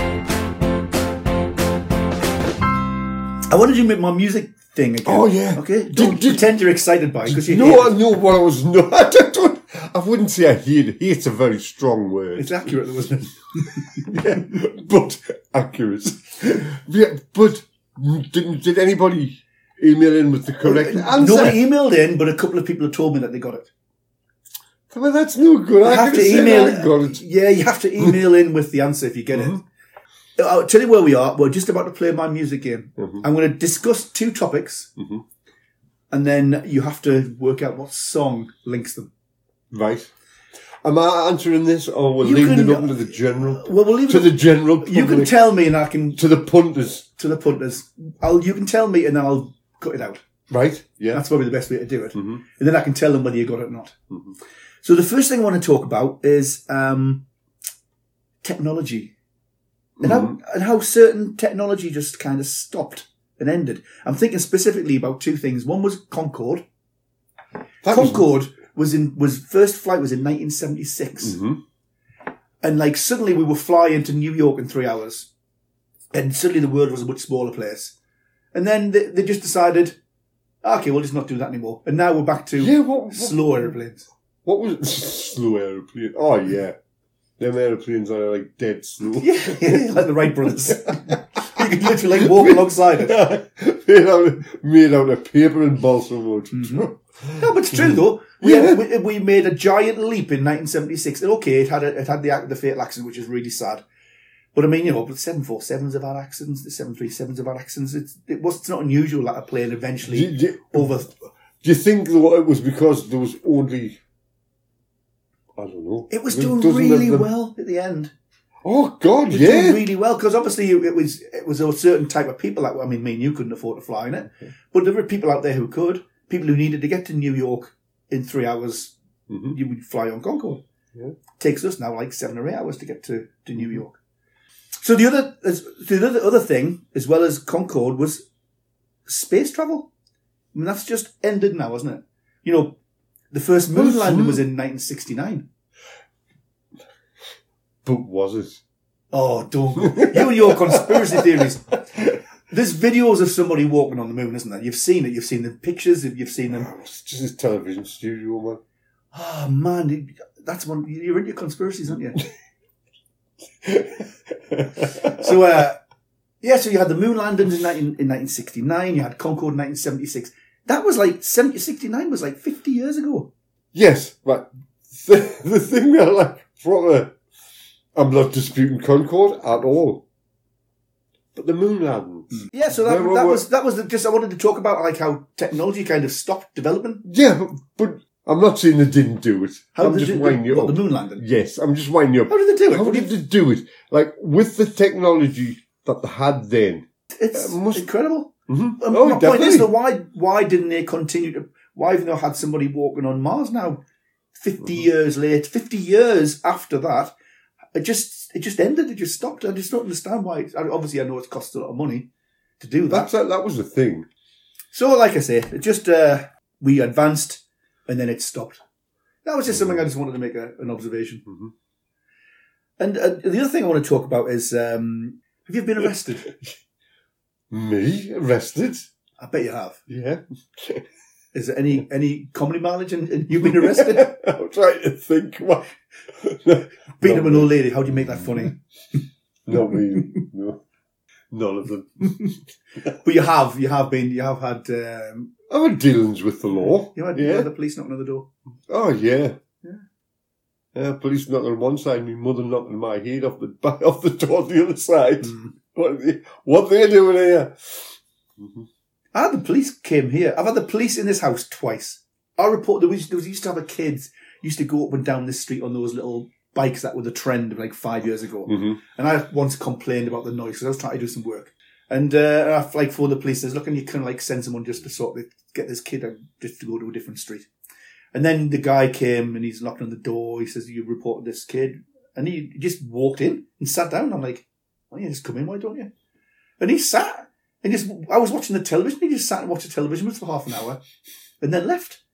I wanted you to make my music thing again.
Oh, yeah.
Okay.
Did-
Don't
did-
pretend you're excited by it because you
No,
hate
I know what I was not. I, don't, I wouldn't say I hate. Hate's a very strong
it.
word.
It's accurate, though, wasn't it?
but accurate. Yeah, but did, did anybody email in with the correct answer?
Nobody emailed in, but a couple of people have told me that they got it.
well, that's no good. I
You have
could've
to
said
email.
I got it.
Yeah, you have to email in with the answer if you get it. I'll tell you where we are. We're just about to play my music game. I'm going to discuss two topics, and then you have to work out what song links them.
Right. Am I answering this, or we're
You
leaving
can-
it open to the general?
Well, we'll leave
to
it.
the general public,
you can tell me, and I can
to the punters,
to the punters. I'll you can tell me, and then I'll cut it out.
right? Yeah. Mm-hmm.
That's probably the best way to do it. And then I can tell them whether you got it or not. So the first thing I want to talk about is um, technology. And,
Mm-hmm.
how, and how certain technology just kind of stopped and ended. I'm thinking specifically about two things. One was Concorde.
That was-
Concorde was, in was first flight was in 1976,
Mm-hmm.
and like suddenly we were flying to New York in three hours, and suddenly the world was a much smaller place, and then they, they just decided, okay, we'll just not do that anymore, and now we're back to
yeah. What, what,
slow airplanes.
what was it? slow airplane? Oh yeah, them airplanes are like dead slow.
Yeah, like the Wright brothers. you could literally like walk alongside it.
made, out of, made out of paper and balsa wood.
Mm-hmm. No, but it's true though. We,
Yeah.
we, we made a giant leap in 1976, and okay, it had a, it had the ac- the fatal accident, which is really sad. But I mean, you know, the 747s have had accidents, the 737s have had accidents. It's, it was it's not unusual that a plane
do,
eventually
you- do, you-
over.
do you think though it was because there was only? I don't know.
It was
There
doing
doesn't
really
have the-
well at the end.
Oh God,
It was doing
yeah.
really well because obviously it was it was a certain type of people. Like I mean, me and you couldn't afford to fly in it, but there were people out there who could. People who needed to get to New York in three hours
Mhm.
you would fly on Concorde.
Yeah.
Takes us now like seven or eight hours to get to, to New York. So the other the other, other thing, as well as Concorde, was space travel. I mean, that's just ended now, isn't it? You know, the first moon
Yes,
landing
mm.
was in 1969.
But was it?
Oh, don't. You and your conspiracy theories. There's videos of somebody walking on the moon, isn't there? You've seen it. You've seen the pictures. You've seen them.
It's just a television studio, man.
Oh, man. it- That's one. You're into conspiracies, aren't you? so, uh, yeah, so you had the moon landings in, 19, in 1969. You had Concorde in 1976. That was like, 70, 69 was like 50 years ago.
Yes, but the, the thing that like proper, I'm not disputing Concord at all. But the moon landings.
Yeah, so that,
Wait, wait,
that
wait.
was, that was the, just, I wanted to talk about like how technology kind of stopped development.
Yeah, but, but I'm not saying they didn't do it.
How
I'm
did
just
you-
winding you
what,
up.
the moon landing?
yes, I'm just winding you up.
How did they do it?
How
What do
did
you-
they do it? Like with the technology that they had then.
It's
It must-
incredible.
Mhm.
Um,
Uh, Oh,
my point is
definitely.
though, why why didn't they continue to? Why have they not had somebody walking on Mars now? 50
Mm-hmm.
years late, fifty years after that, it just it just ended. It just stopped. I just don't understand why. It's, I- obviously, I know it's cost a lot of money to do that.
That's that, that was the thing.
so, like I say, it just uh, we advanced and then it stopped. That was just something I just wanted to make a, an observation.
Mhm.
And uh, the other thing I want to talk about is um, have you been arrested?
Me arrested.
I bet you have.
Yeah,
Is there any any comedy mileage and, and you've been arrested?
I'm trying to think. What?
Beat up
No.
an old lady. How do you make that funny?
Not me. No, none of them.
But you have, you have been, you have had, um,
I've had Oh, dealings with the law.
you had, you
yeah.
had the police knocking on the door.
Oh yeah. Yeah, police knocking on one side, my mother knocking my head off the back off the door on the other side.
Mm. Hmm.
What are they, what they doing here?
I had Ah, the police came here. I've had the police in this house twice. I report there was there was used to have a kids used to go up and down this street on those little bikes that were the trend of like five years ago.
Mhm.
And I once complained about the noise because I was trying to do some work. And uh, I like phoned the police. Says, look, and you can like send someone just to sort of get this kid out just to go to a different street. And then the guy came and he's knocking on the door. He says, "You reported this kid," and he just walked in and sat down. I'm like, "Well, you just come in, why don't you?" And he sat, And just, I was watching the television. He just sat and watched the television for half an hour, and then left.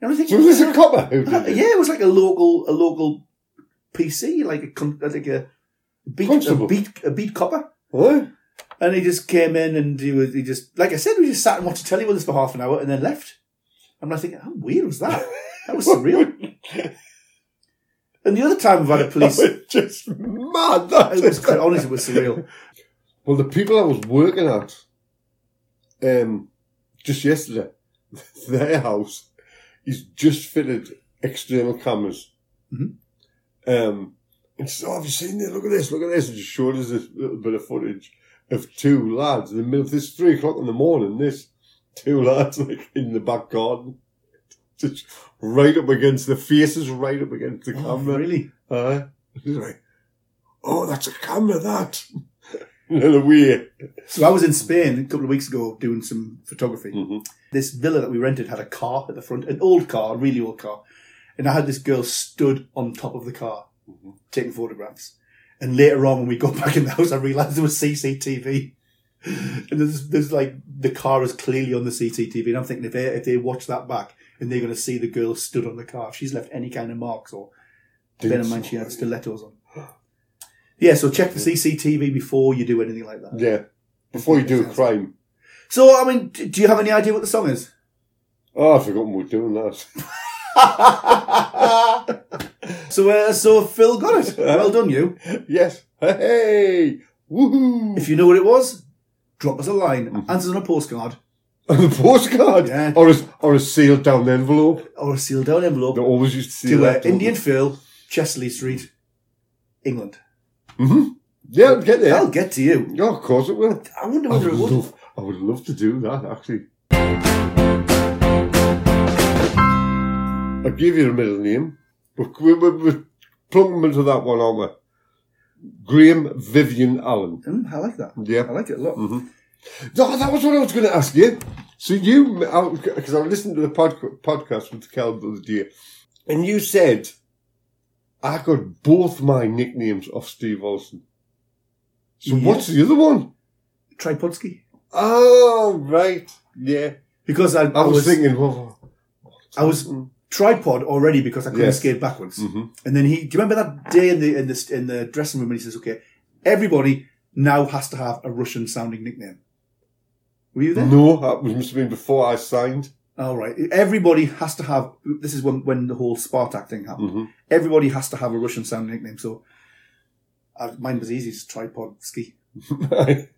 And I was thinking,
So was this a copper? Who
Uh, yeah,
did it?
it was like a local, a local PC, like a con- like a beat, a
Constable.
beat, a beat copper.
Huh?
And he just came in and he was, he just, like I said, we just sat and watched the telly with us for half an hour and then left. I'm like thinking, how weird was that? That was surreal. and the other time we've had a police, it
It's just mad. That
was quite honestly, it was surreal.
Well, the people I was working at, um, just yesterday, their house is just fitted external cameras.
Mhm.
Um, and she said, "Oh, have you seen it? Look at this! Look at this!" And she showed us this little bit of footage of two lads in the middle of this three o'clock in the morning. This two lads like in the back garden, just right up against the faces, right up against the
Oh,
camera.
really?
Uh, he's like, oh, that's a camera, that. In a way.
So I was in Spain a couple of weeks ago doing some photography.
Mhm.
This villa that we rented had a car at the front, an old car, a really old car. And I had this girl stood on top of the car taking photographs. And later on, when we got back in the house, I realised there was CCTV. And there's, there's like the car is clearly on the CCTV, and I'm thinking if they if they watch that back and they're going to see the girl stood on the car, if she's left any kind of marks or bear in mind she had stilettos on. Yeah, so check the CCTV before you do anything like that.
Yeah. Before you do a crime.
So, I mean, d- do you have any idea what the song is?
Oh, I've forgotten we're doing that.
so, uh, so Phil got it. Well done, you.
yes. Hey! Woohoo!
If you know what it was, drop us a line.
Mm-hmm.
Answers on a postcard
On the postcard!
Yeah.
Or, a, or a sealed down envelope.
or a sealed down envelope
They always used to seal
to uh,
that.
Indian Phil, Chesley Street, England.
Yeah, Oh, I'll get there.
I'll get to you.
Oh, of course it will.
I wonder
I
whether
would,
it would.
love, I would love to do that, actually. I give you a middle name. We're, we're, we're plumping into that one, aren't we? Graham Vivian Allen.
Mm, I like that.
Yeah.
I like it a
Mm.
lot.
Oh, that was what I was going to ask you. So you, because I, listened to the pod, podcast with Cal the other day, and you said, I got both my nicknames off Steve Olsen. So
Yeah.
what's the other one?
Tripodsky.
Oh, right. Yeah.
Because I,
I was, thinking, well,
I was tripod already because I couldn't
Yes.
skate backwards.
Mhm.
And then he, do you remember that day in the in the in the dressing room when he says, "Okay, everybody now has to have a Russian sounding nickname." Were you there?
no, that was, must have been before I signed.
All right, everybody has to have. This is when when the whole Spartak thing happened.
Mhm.
Everybody has to have a Russian sounding nickname. So uh, mine was easy, just tripod ski.
Mm-hmm.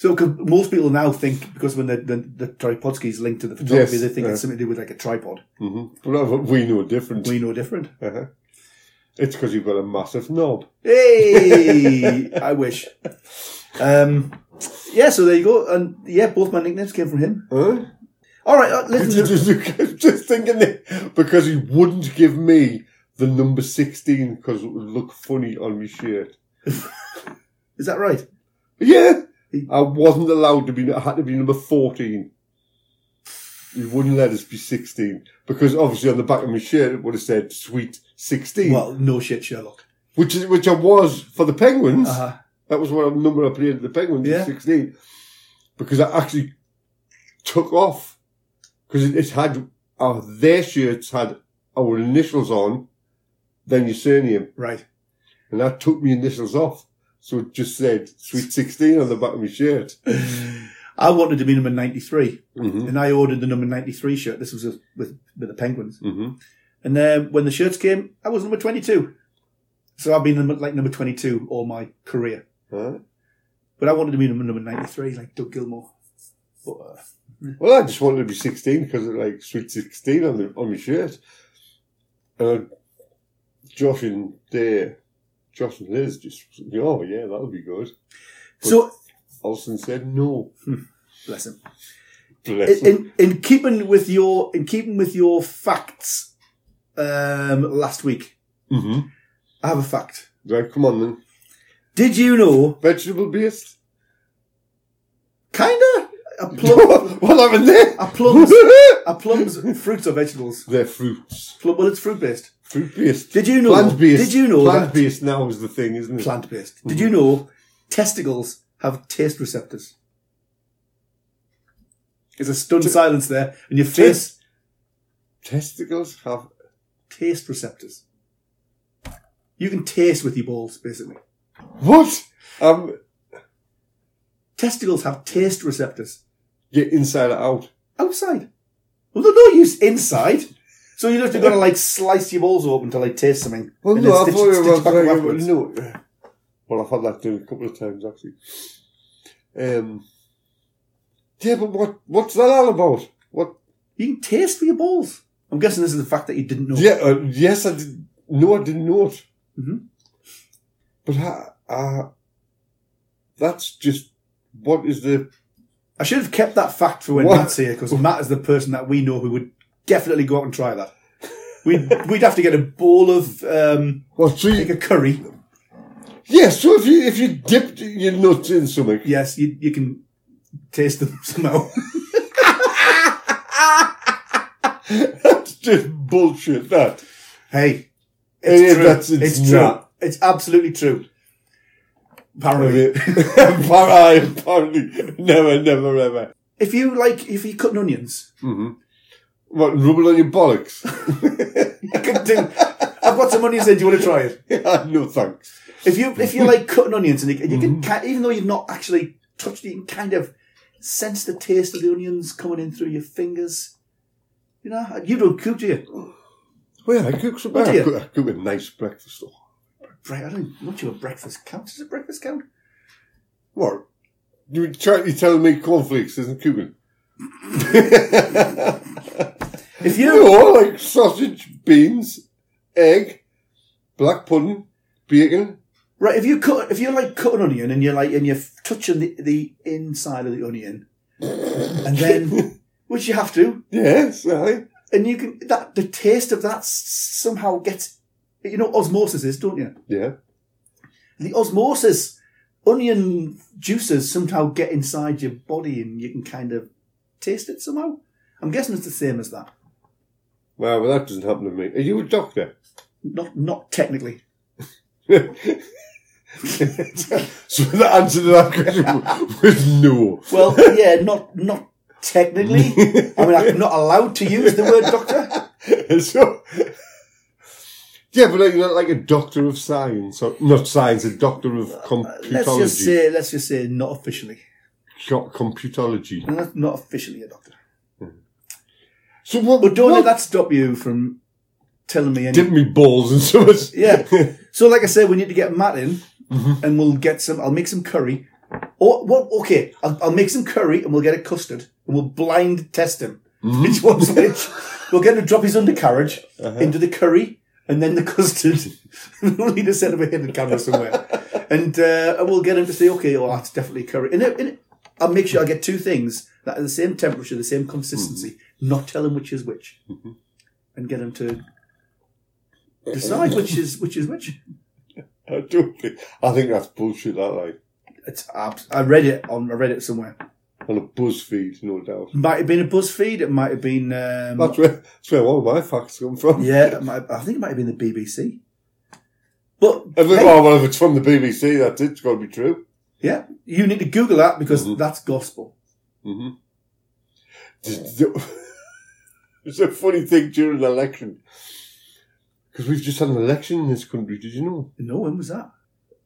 So 'cause most people now think because when the the, the tripod ski is linked to the photography,
Yes,
they think
yeah.
it's something to do with like a tripod.
hmm But we know different.
We know different.
Uh-huh. It's because you've got a massive knob.
Hey, I wish. Um, yeah, so there you go, and yeah, both my nicknames came from him.
Huh?
All right, uh, listen. to-
just, just thinking that because he wouldn't give me the number 16 because it would look funny on my shirt.
Is that right?
Yeah. I wasn't allowed to be, I had to be number 14. He wouldn't let us be 16 because obviously on the back of my shirt it would have said sweet 16.
Well, no shit, Sherlock.
which is which I was for the Penguins.
Uh-huh.
That was what number I played at the Penguins
Yeah.
at sixteen, because I actually took off because it, it had uh, their shirts had our initials on, then your surname,
Right.
and I took my initials off, so it just said "Sweet 16 on the back of my shirt.
I wanted to be number ninety three,
Mm-hmm.
and I ordered the number ninety three shirt. This was a, with with the Penguins,
Mm-hmm.
and then when the shirts came, I was number twenty two. So I've been number, like number twenty two all my career, but I wanted to be number number ninety three, like Doug Gilmore. But, uh,
Well, I just wanted to be 16 because it like sweet 16 on the on my shirt. Uh, Josh and uh, Josh and Liz just oh yeah that'll be good.
so
Olsen said no.
bless him.
Bless
in,
him.
in, in keeping with your in keeping with your facts um, last week,
Mhm.
I have a fact.
Right, come on then.
Did you know?
Vegetable based.
Kinda. A plum.
what happened there?
a plums. A plums. Fruits or vegetables.
They're fruits.
Plum, well, it's fruit based.
Fruit based.
Did you know?
Plant based.
Did you know
Plant
that
based now is the thing, isn't it?
plant based? Did you know testicles have taste receptors. There's a stunned silence there, and your face
Testicles have.
taste receptors. You can taste with your balls, basically.
What? Um,
Testicles have taste receptors
get inside or out.
outside. Well, they're no use inside. So you'd have to go to like slice your balls open to like taste something.
Well,
and
no,
then
I
stitch-
thought it
stitch
was
back
like,
up afterwards.
no. Well, I've had that done a couple of times actually. Um, yeah, but what what's that all about? What?
You can taste with your balls. I'm guessing this is the fact that you didn't know.
Yeah, uh, yes, I did. No, I didn't know it.
Mhm.
But I, I, that's just what is the
I should have kept that fact for when
What?
Matt's here because Matt is the person that we know who would definitely go out and try that. We'd, we'd have to get a bowl of um,
well. So
like a
you,
curry.
yeah, so if you if you dipped your nuts in something,
Yes, you, you can taste them somehow.
that's just bullshit. That
hey,
It is,
it's true.
that's- it's
it's true.
not.
It's absolutely true. Paranoid.
apparently, apparently, never, never, ever.
If you like, if you cut onions,
What rub it on your bollocks?
you could do. I've got some onions there. Do you want to try it?
no thanks.
If you if you like cutting onions and you, you can ki- even though you've not actually touched it, you can kind of sense the taste of the onions coming in through your fingers. You know, you don't cook, do you?
Well, I cook some.
What do
I
you-
cook, I cook a nice breakfast. Though.
Bre- I don't much of a breakfast count. Does a breakfast count?
What? You try to tell me cornflakes isn't cooking?
If you
No, like sausage, beans, egg, black pudding, bacon.
right, if you cut, if you like cutting onion and you're like and you're touching the, the inside of the onion, and then which you have to,
Yes, aye.
and you can that the taste of that s- somehow gets you know what osmosis is, don't you?
Yeah.
the osmosis onion juices somehow get inside your body and you can kind of taste it somehow i'm guessing it's the same as that
Wow, well, that doesn't happen to me. Are you a doctor?
not not technically
So the answer to that question was no.
well yeah not not technically i mean i'm not allowed to use the word doctor
so, yeah, but like, you're like a doctor of science, or not science, a doctor of computology.
Uh, let's just say let's just say not officially
Co- computology.
not, not officially a doctor
So what?
but don't
what
let that stop you from telling me anything
dip me balls and so much.
Yeah. So, like I said, we need to get Matt in, and we'll get some. I'll make some curry. Or what? Okay, I'll, I'll make some curry, and we'll get a custard, and we'll blind test him which one's which. We'll get him to drop his undercarriage into the curry, and then the custard. we'll need to set up a hidden camera somewhere, and uh, and we'll get him to say, okay, well that's definitely curry. And, it, and it, I'll make sure I get two things that are the same temperature, the same consistency. Not tell him which is which, and get him to. Decide which is which is which.
I don't think. I think that's bullshit. That like
It's abs- I read it on I read it somewhere.
on a BuzzFeed, no doubt.
Might have been a BuzzFeed. It might have been. Um,
That's where that's where all my facts come from.
yeah, it might, I think it might have been the BBC. But
Every,
hey,
oh, well, if it's from the BBC, that's it. It's got to be true.
yeah, you need to Google that because
Mm-hmm.
that's gospel.
It's a funny thing during an election because we've just had an election in this country. Did you know?
No, when was that?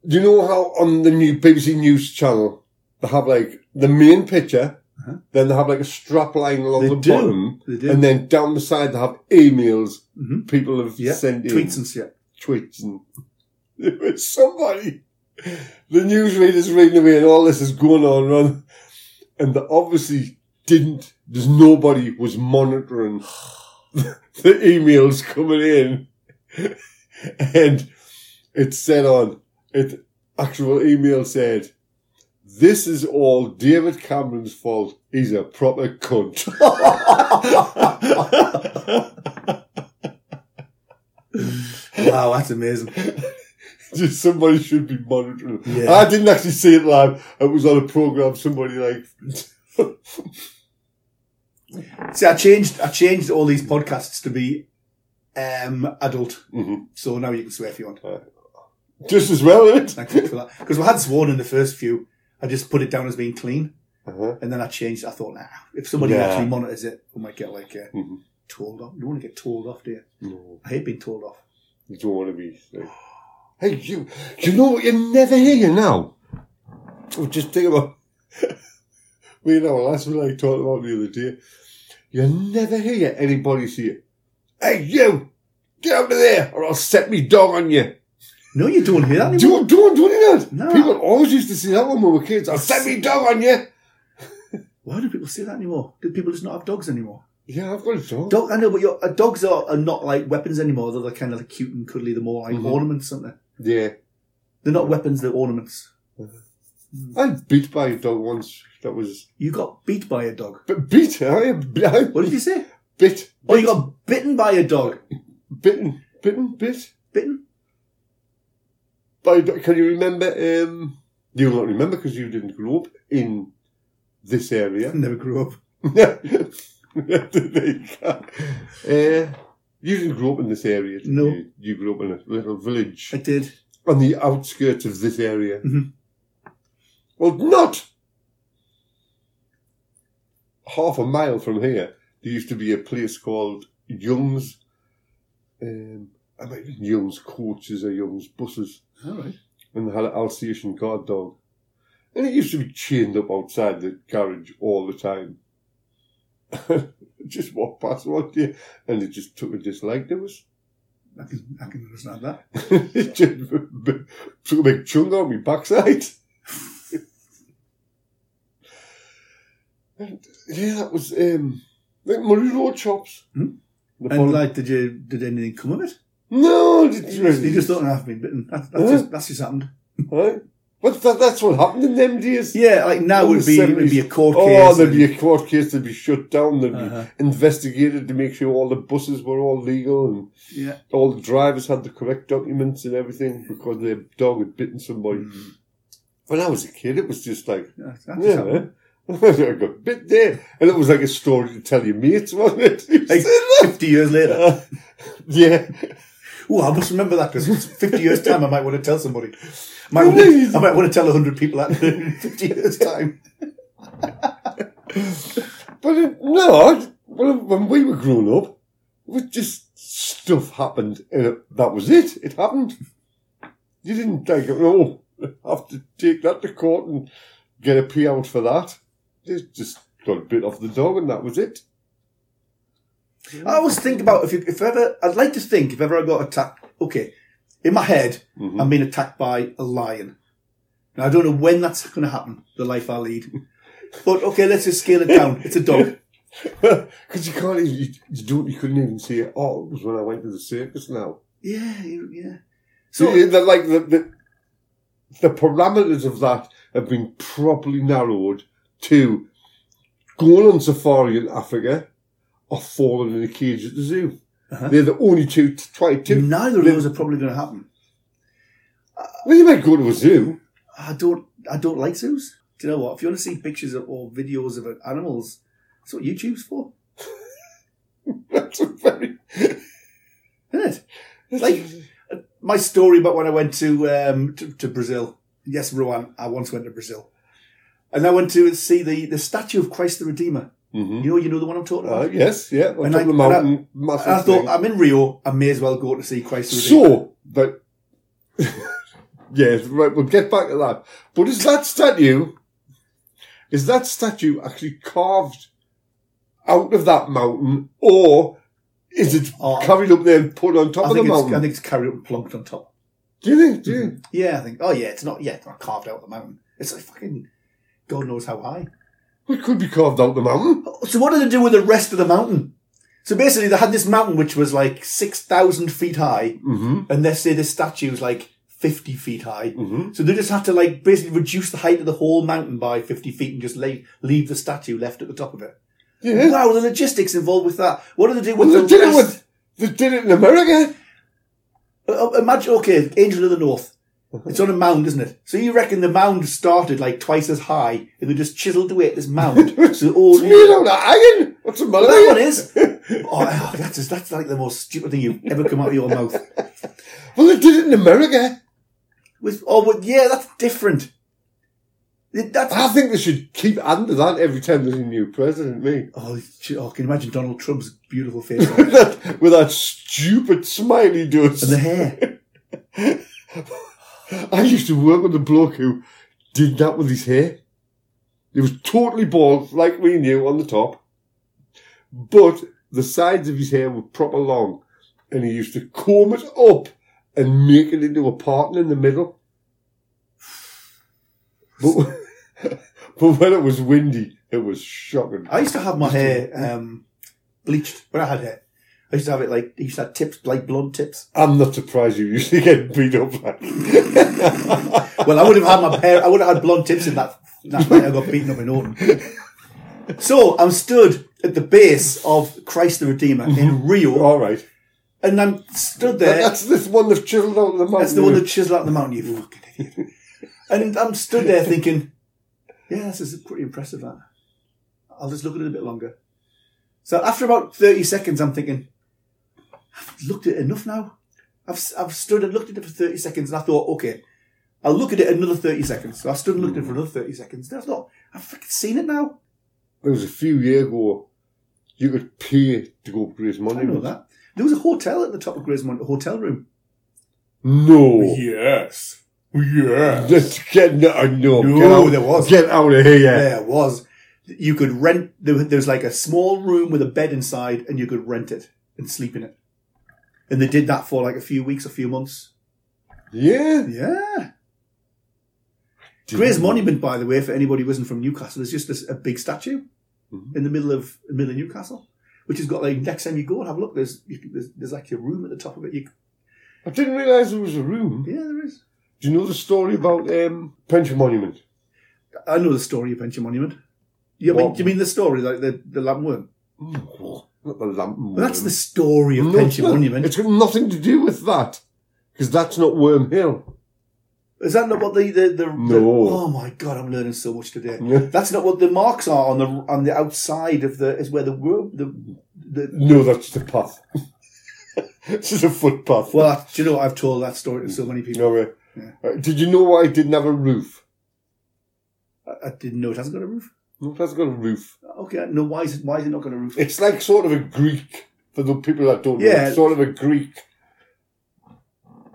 Do you know how on the new BBC News channel they have like the main picture, then they have like a strap line along
Uh-huh. They
the
do.
bottom,
They do.
and then down the side they have emails
Mhm.
people have
Yeah,
sent in
tweets and shit.
tweets and it was somebody. The newsreader's reading away and all this is going on and on. And they obviously didn't, there's nobody was monitoring the emails coming in. And it said on, it actual email said, this is all David Cameron's fault. He's a proper cunt.
Wow, that's amazing.
Just somebody should be monitoring.
Yeah.
I didn't actually see it live. It was on a program. Somebody like,
See, I changed I changed all these podcasts to be um, adult,
Mm-hmm.
so now you can swear if you want.
just as well, isn't it?
Thank you for that because we had sworn in the first few, I just put it down as being clean,
Uh-huh.
and then I changed. it. I thought, nah, if somebody
Yeah.
actually monitors it, we might get like uh,
Mhm.
told off. You don't want to get told off, do you?
No,
I hate being told off.
you don't want to be. Like, hey, you, you know what? You never hear you now. Oh, Just think about. we know last we like talked about the other day. You never hear anybody say, "Hey, you, get out of there, or I'll set me dog on you."
No, you don't hear that anymore.
Do do do you that?
No.
People always used to say that when we were kids. I'll set me dog on you.
Why do people say that anymore? Do people just not have dogs anymore?
Yeah, I've got a dog.
Dog, I know, but your uh, dogs are, are not like weapons anymore. They're like, kind of like cute and cuddly. They're more like
Mhm.
ornaments, aren't they?
Yeah,
They're not weapons. They're ornaments.
I was beat by a dog once. That was
You got beat by a dog.
but beat. I, I
What did you say?
bit
Oh, you got bitten by a dog.
bitten bitten bit.
Bitten?
By can you remember? Um, you'll not remember because you didn't grow up in this area.
Never grew up.
There you go. uh, you didn't grow up in this area. did
No.
you? you grew up in a little village
I did.
on the outskirts of this area.
Mhm.
Well, not half a mile from here. There used to be a place called Young's. Um, I might be Young's coaches or Young's buses
All right.
and they had an Alsatian guard dog. And it used to be chained up outside the garage all the time. just walked past one day and it just took a dislike to us.
I can, I can understand that.
it just b- b- took a big chunk out my backside. and, yeah, that was um, like Murray Road Chops.
Hmm?
The
And
pol-
like, did you did anything come of it?
no, it
You just,
didn't-
you just don't have been bitten. That, that's,
Huh?
just, that's just happened.
Right? But that, that's what happened in them days.
Yeah, like now
In
would
the
be would be a
70s.
court case.
Oh, there'd
and-
be a court case, they'd be shut down, they'd
Uh-huh.
be investigated to make sure all the buses were all legal and
yeah.
all the drivers had the correct documents and everything because their dog had bitten somebody.
Hmm.
When I was a kid, it was just like,
Yeah, that's just happened.
yeah, I got bit there. And it was like a story to tell your mates, wasn't it? You
Like,
said,
Fifty years later.
"Uh, yeah.
Oh, I must remember that because fifty years time, I might want to tell somebody. Might
Well,
want to-
no,
I might want to tell hundred people that in fifty years time.
But it, no, I- well, when we were growing up, it was just stuff happened, and it, that was it. It happened. You didn't take it. Oh, have to take that to court and get a P out for that. It just got bit off the dog, and that was it.
I always think about if you, if ever I'd like to think if ever I got attacked. Okay, in my head,
Mhm.
I'm being attacked by a lion. Now I don't know when that's going to happen. The life I lead, but okay, let's just scale it down. It's a dog.
Because you can't even, you, you don't, you couldn't even see it. Oh, it was when I went to the circus now.
Yeah, you- yeah.
So,
So
like, the, the, the parameters of that have been properly narrowed to going on safari in Africa or falling in a cage at the zoo.
Uh-huh. Mm.
They're the only two, t- try two.
neither of those are probably going to happen.
Well, you might go to a zoo.
I don't. I don't like zoos. Do you know what? If you want to see pictures of, or videos of animals, that's what YouTube's for,
That's a very.
isn't it? Like- my story about when I went to um, to, to Brazil. Yes, Rowan, I once went to Brazil, and I went to see the, the statue of Christ the Redeemer.
Mhm.
You know, you know the one I'm talking
Uh,
about.
yes, yeah. On
And
top
I-
of the
and I-
mountain, massive.
And I thought
thing.
I'm in Rio. I may as well go to see Christ the Redeemer.
So, but yeah, right. We'll get back to that. But is that statue? Is that statue actually carved out of that mountain, or is it
Oh.
carried up there and put on top
I
of the
think it's, I
mountain?
think it's carried up and plonked on top.
Do you think? Do you?
Yeah, I think. Oh yeah, it's not. Yeah, it's not carved out of the mountain. It's like fucking God knows how high.
Well, It could be carved out the mountain.
So what did they do with the rest of the mountain? So basically, they had this mountain which was like six thousand feet high,
Mm-hmm.
and they say this statue was like fifty feet high.
Mm-hmm.
So they just had to like basically reduce the height of the whole mountain by fifty feet and just lay, leave the statue left at the top of it.
Yeah.
Wow, the logistics involved with that. What do they do with
Well, they
the
did it
rest?
with. They did it in America.
Uh, Imagine, okay, Angel of the North. It's on a mound, isn't it? So you reckon the mound started like twice as high, and they just chiseled away at this mound. so all
It's made out of iron. What's the matter?
Well, that one
with
is. Oh, oh, that's just, that's like the most stupid thing you've ever come out of your mouth.
you? Well, they did it in America.
With oh, but yeah, that's different. It- That's,
I think they should keep under that every time there's a new president, me.
oh, shit, oh, can you imagine Donald Trump's beautiful face
With that, with that stupid smile he does.
and the hair?
I used to work with a bloke who did that with his hair. It was totally bald, like we knew, on the top. But the sides of his hair were proper long. And he used to comb it up and make it into a pattern in the middle. But, but when it was windy, it was shocking.
I used to have my hair um, bleached when I had hair. I used to have it like, I used to have tips, like blonde tips.
I'm not surprised you usually get beat up like
Well, I would have had my hair, I would have had blonde tips in that, that night I got beaten up in Orton. So I'm stood at the base of Christ the Redeemer in Rio,
All right.
and I'm stood
That-
there.
That's this one they've chiseled out of the mountain.
That's the one that chiseled out the mountain, you fucking idiot. And I'm stood there thinking, yeah, this is pretty impressive, that. I'll just look at it a bit longer. So after about 30 seconds, I'm thinking, I've looked at it enough now. I've, I've stood and looked at it for 30 seconds and I thought, okay, I'll look at it another 30 seconds. So I stood and looked at it for another 30 seconds. Then I thought, I've freaking seen it now.
It was a few years ago. You could pay to go up to his
I
money.
know that. There was a hotel at the top of Grismont, a hotel room.
No.
Oh, Yes. Yes.
Just get no, no,
No,
get out,
there was.
Get out of here.
there was you could rent there, was- there was like a small room with a bed inside and you could rent it and sleep in it and they did that for like a few weeks a few months
Yeah.
yeah Grey's Monument by the way for anybody who isn't from Newcastle is just this, a big statue
Mhm.
in the middle of the middle of Newcastle which has got like next time you go and have a look there's you, can- there's, there's like a room at the top of it you, c-
I didn't realise there was a room.
yeah there is
Do you know the story about um, Pension Monument?
I know the story of Pension Monument you mean,
What?
do you mean the story like the, the lamp worm
No, Not the lamp.
Mm, well, that's the story of
No, it's
Pension
not.
Monument
It's got nothing to do with that. Because that's not Worm Hill.
Is that not what the the, the,
No.
the Oh my god, I'm learning so much today.
Yeah.
That's not what the marks are on the on the outside of the is where the worm the the
No, that's the path. it's just a footpath.
well, I- do you know what? I've told that story to so many
You
people.
know, uh,
Yeah.
uh, did you know why it didn't have a roof?
I, I didn't know it hasn't got a roof.
It has got a roof.
Okay, no, why is it why is it not got a roof?
It's like sort of a Greek for the people that don't know.
Yeah.
It's sort of a Greek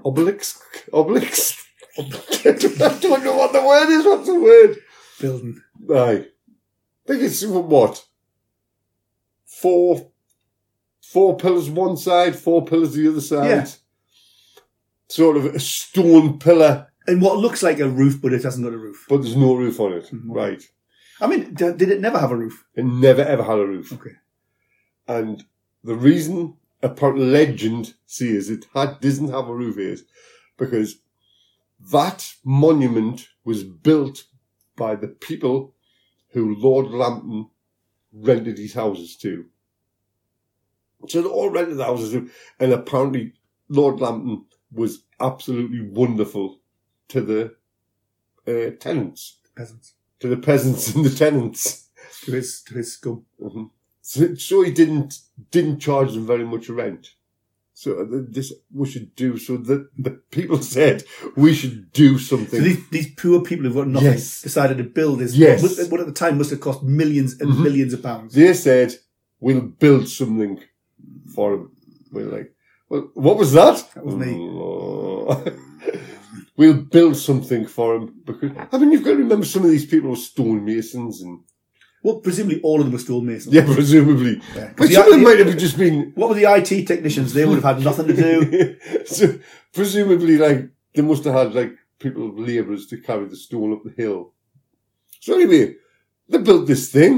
obelisk. Obelisk. I don't know what the word is. What's the word?
Building.
Aye. I think it's what four four pillars one side, four pillars the other side.
Yeah.
Sort of a stone pillar,
And what looks like a roof, but it hasn't got a roof.
but there's no roof on it.
Mhm.
Right.
I mean, d- did it never have a roof?
It never ever had a roof.
Okay.
And the reason apparent legend says it had doesn't have a roof is because that monument was built by the people who Lord Lambton rented his houses to. So they all rented the houses to, and apparently Lord Lambton was absolutely wonderful to the uh, tenants,
Peasants
to the peasants and the tenants.
to his to his scum.
hmm So, so he didn't didn't charge them very much rent. So uh, th- this we should do. So the, the people said we should do
So
something.
these, these poor people who've got nothing
Yes.
decided to build this.
Yes.
what- What at the time must have cost millions and
Mhm.
millions of pounds.
they said we'll build something for him. We're like, well, what was that?
That was me.
me. we'll build something for him because I mean you've got to remember some of these people were stonemasons and
Well, presumably all of them were stonemasons.
yeah, presumably.
Yeah. 'Cause
But
the-
some of them
the-
might have just been
What were the IT technicians? They would have had nothing to do.
so presumably, like they must have had like people labourers to carry the stone up the hill. So anyway, they built this thing,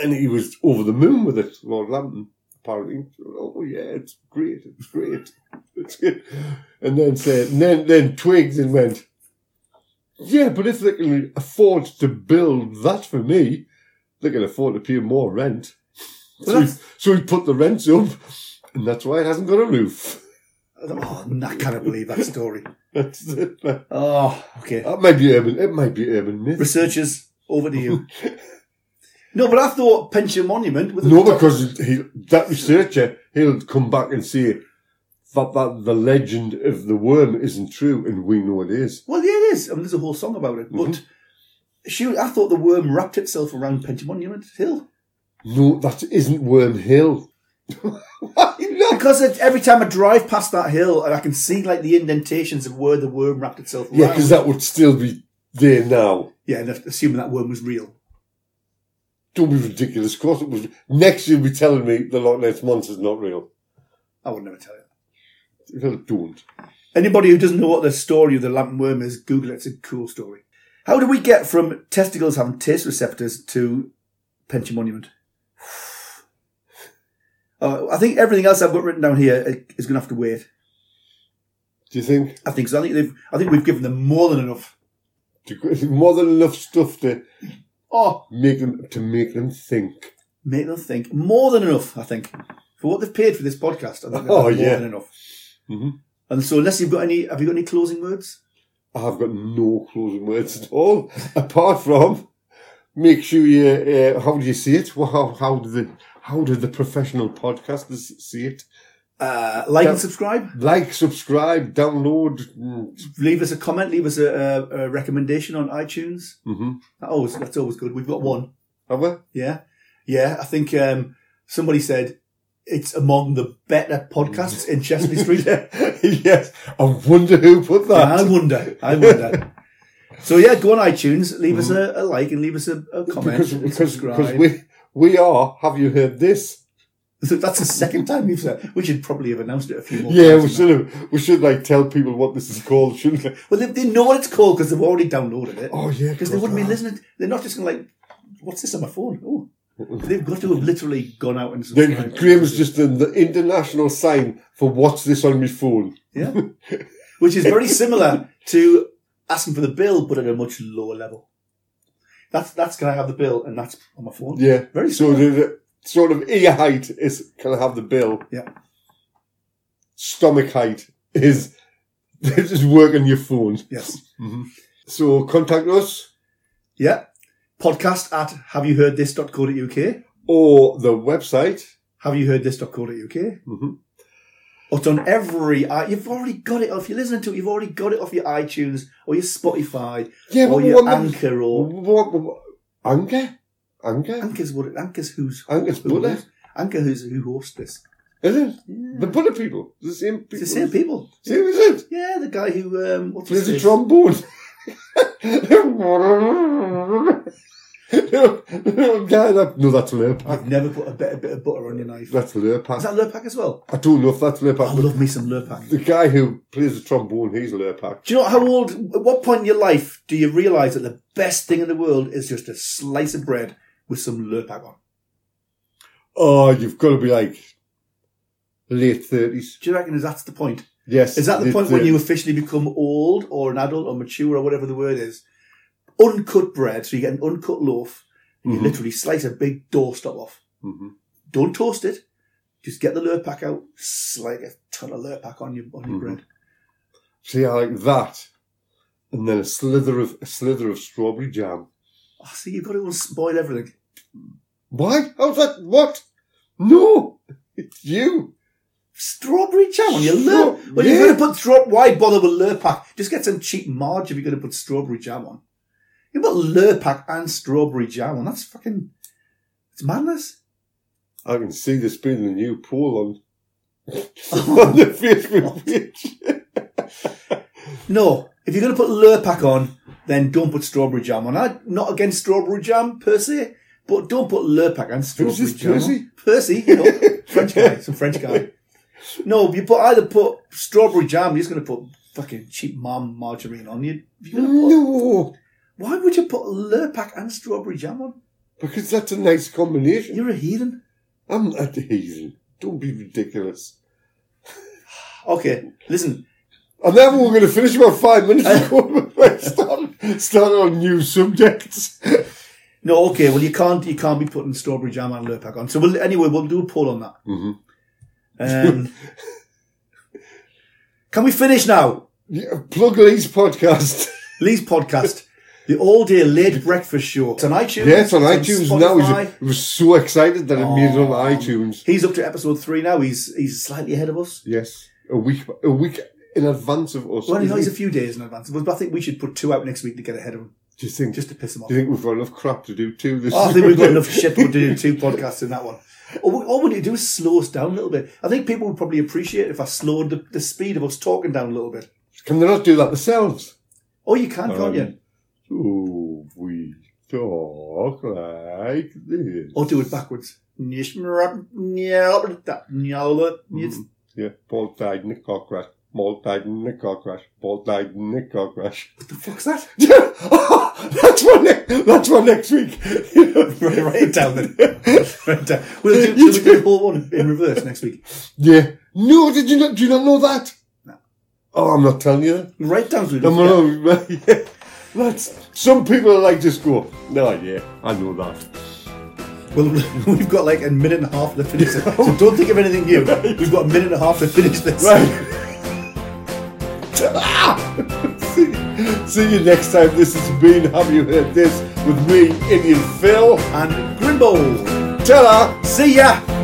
and he was over the moon with it, Lord Lambton. Apparently, oh yeah, it's great, it's great, it's good. And then said, and then then twigs and went, yeah, but if they can afford to build that for me, they can afford to pay more rent.
Well,
So he-
that's-
so he put the rents up, and that's why it hasn't got a roof.
Oh, no, I cannot believe that story.
That's it. That
Oh, okay.
might be urban. It might be urban myth.
Researchers, over to you. No, but I thought pension monument with a-
No, because he, that researcher he'll come back and say that, that the legend of the worm isn't true, and we know it is.
well, yeah, it is. I mean, there's a whole song about it. But Shoot, I thought the worm wrapped itself around Penty Monument Hill.
No, that isn't Worm Hill. Why not?
Because it, every time I drive past that hill and I can see like the indentations of where the worm wrapped itself around.
Yeah, because that would still be there now.
Yeah, and assuming that worm was real.
Don't be ridiculous. Of course it was. Next you'll be telling me the Loch Ness Monster's not real.
I would never tell you.
Well, Don't.
Anybody who doesn't know what the story of the lamp worm is, Google it. It's a cool story. How do we get from testicles having taste receptors to Pension Monument? Oh, I think everything else I've got written down here eh, is going to have to wait.
Do you think?
I think so. I think they've. I think we've given them more than enough.
Do you- More than enough stuff to
Oh,
make them to make them think.
make them think. More than enough. I think for what they've paid for this podcast. I think that's
Oh,
more
yeah.
than enough.
Mhm.
And so, unless you've got any, have you got any closing words?
I've got no closing words at all, apart from make sure you. Uh, how do you see it? Well, how how do the how do the professional podcasters see it?
Uh, like
Yeah.
and subscribe.
Like, subscribe, download. Mm,
Leave us a comment. Leave us a, a, a recommendation on iTunes.
Mhm.
That always, that's always good. We've
Hmm.
got one.
Have we?
Yeah. Yeah. I think um, somebody said it's among the better podcasts in Chesney Street.
yes. I wonder who put
I
that.
wonder. I wonder. so, yeah, go on iTunes, leave us a, a like and leave us a, a comment.
Hmm. because
and
because,
subscribe.
because we we are. Have you heard this?
So that's the second time you've said We should probably have announced it a few more
Yeah,
times.
we
than
should have, we should like tell people what this is called, shouldn't we?
that. Well, they, they know what it's called because they've already downloaded it.
Oh yeah,
Because they wouldn't be listening. They're not just going to like, what's this on my phone? Oh. They've got to have literally gone out and
Then
subscribed.
Graham's just done the international sign for what's this on my phone.
Yeah. Which is very similar to asking for the bill, but at a much lower level. That's that's can I have the bill, and that's on my phone.
Yeah.
Very
So
similar.
the, the sort of ear height is can I have the bill?
Yeah.
Stomach height is just work on your phone.
Yes.
So contact us
Yeah. Podcast at haveyouheardthis.co.uk.
or the website.
Haveyouheardthis.co.uk.
Mhm.
It's on every. i- You've already got it. If you're listening to it, you've already got it off your iTunes or your Spotify
Yeah,
or
but we
your
want them-
Anchor or
we want them- Anchor? Anchor?
Anchor's what? it- Anchor's who's
Anchor's
who
Buddha.
hosts- Anchor who's who hosts this?
Is it?
Yeah.
The Buddha people. The same people.
It's the same people.
Same, is it?
Yeah, the guy who um, what's
There's
his
a
name?
trombone. yeah, that, no, that's Lurpak.
I've never put a better bit of butter on your knife.
That's Lurpak.
Is that Lurpak as well?
I don't know if that's
I
Lurpak, but
love me some Lurpak.
the guy who plays the trombone, he's Lurpak.
Do you know how old? At what point in your life do you realise that the best thing in the world is just a slice of bread with some Lurpak on?
Oh, you've got to be like late 30s.
Do you reckon is that's the point?
Yes.
Is that the
late
point when you
30s.
officially become old or an adult or mature or whatever the word is? Uncut bread, so you get an uncut loaf. and You
Mhm.
literally slice a big doorstop off.
Mhm.
Don't toast it. Just get the Lurpak out, slide a ton of Lurpak on your on your
Mhm.
bread.
See, I like that. And then a slither of a slither of strawberry jam.
I Oh, see, you've got to spoil everything.
Why? How's that? What? No! It's you!
Strawberry jam on your
Straw-
lip. Well,
yeah.
you're going to put straw. Why bother with Lurpak? Just get some cheap Marge if you're going to put strawberry jam on. You put Lurpak and strawberry jam on. That's fucking. It's madness.
I can see this being the new poll on, on the Facebook page.
No, if you're going to put Lurpak on, then don't put strawberry jam on. I'm not against strawberry jam per se, but don't put Lurpak and strawberry
Who's this
jam. on.
Percy?
Percy, you know, French guy, some French guy. No, you put either put strawberry jam. You're just going to put fucking cheap mum margarine on. You, you're going to put
No!
Why would you put Lurpak and strawberry jam on?
Because that's a nice combination.
You're a heathen.
I'm not a heathen. Don't be ridiculous.
Okay, listen.
And then we we're going to finish about five minutes ago. start, start on new subjects.
No, okay. Well, you can't. You can't be putting strawberry jam and Lurpak on. So, we'll, anyway, we'll do a poll on that.
Mhm.
Um, can we finish now?
Yeah, Plug Lee's podcast.
Lee's podcast, the all-day late breakfast show. It's on iTunes.
Yes, on
it's
iTunes now.
Spotify.
He's- He was so excited that it made it on
Oh.
iTunes.
He's up to episode three now. He's he's slightly ahead of us.
Yes, a week, a week in advance of us.
Well, he's a few days in advance, but I think we should put two out next week to get ahead of him.
Do you think?
just to piss them off.
do you think we've got enough crap to do too? This
Oh, I think we've got enough shit to do two podcasts in that one. All we, all we need to do is slow us down a little bit. I think people would probably appreciate if I slowed the, the speed of us talking down a little bit.
Can they not do that themselves?
Oh, you can, can't
Um,
you?
So we talk like this.
Or do it backwards. uh, That's
Yeah, Paul died in a car crash. Paul died in a car crash. Paul died in a car crash. What the fuck's that? that's one. Ne- that's one next week.
Write it down then. Right, uh, We'll do, shall we do the whole one in reverse next week.
Yeah. No, did you not? Do you not know that?
No.
Oh, I'm not telling you. that.
Write down.
I'm not. yeah. That's some people like just go. No, yeah, I know that.
Well, we've got like a minute and a half to finish this. So don't think of anything new. We've got a minute and a half to finish this.
Right. Ah! see, see you next time. This has been Have You Heard This with me, Indian Phil.
And Grimble.
Ta-da!
See ya.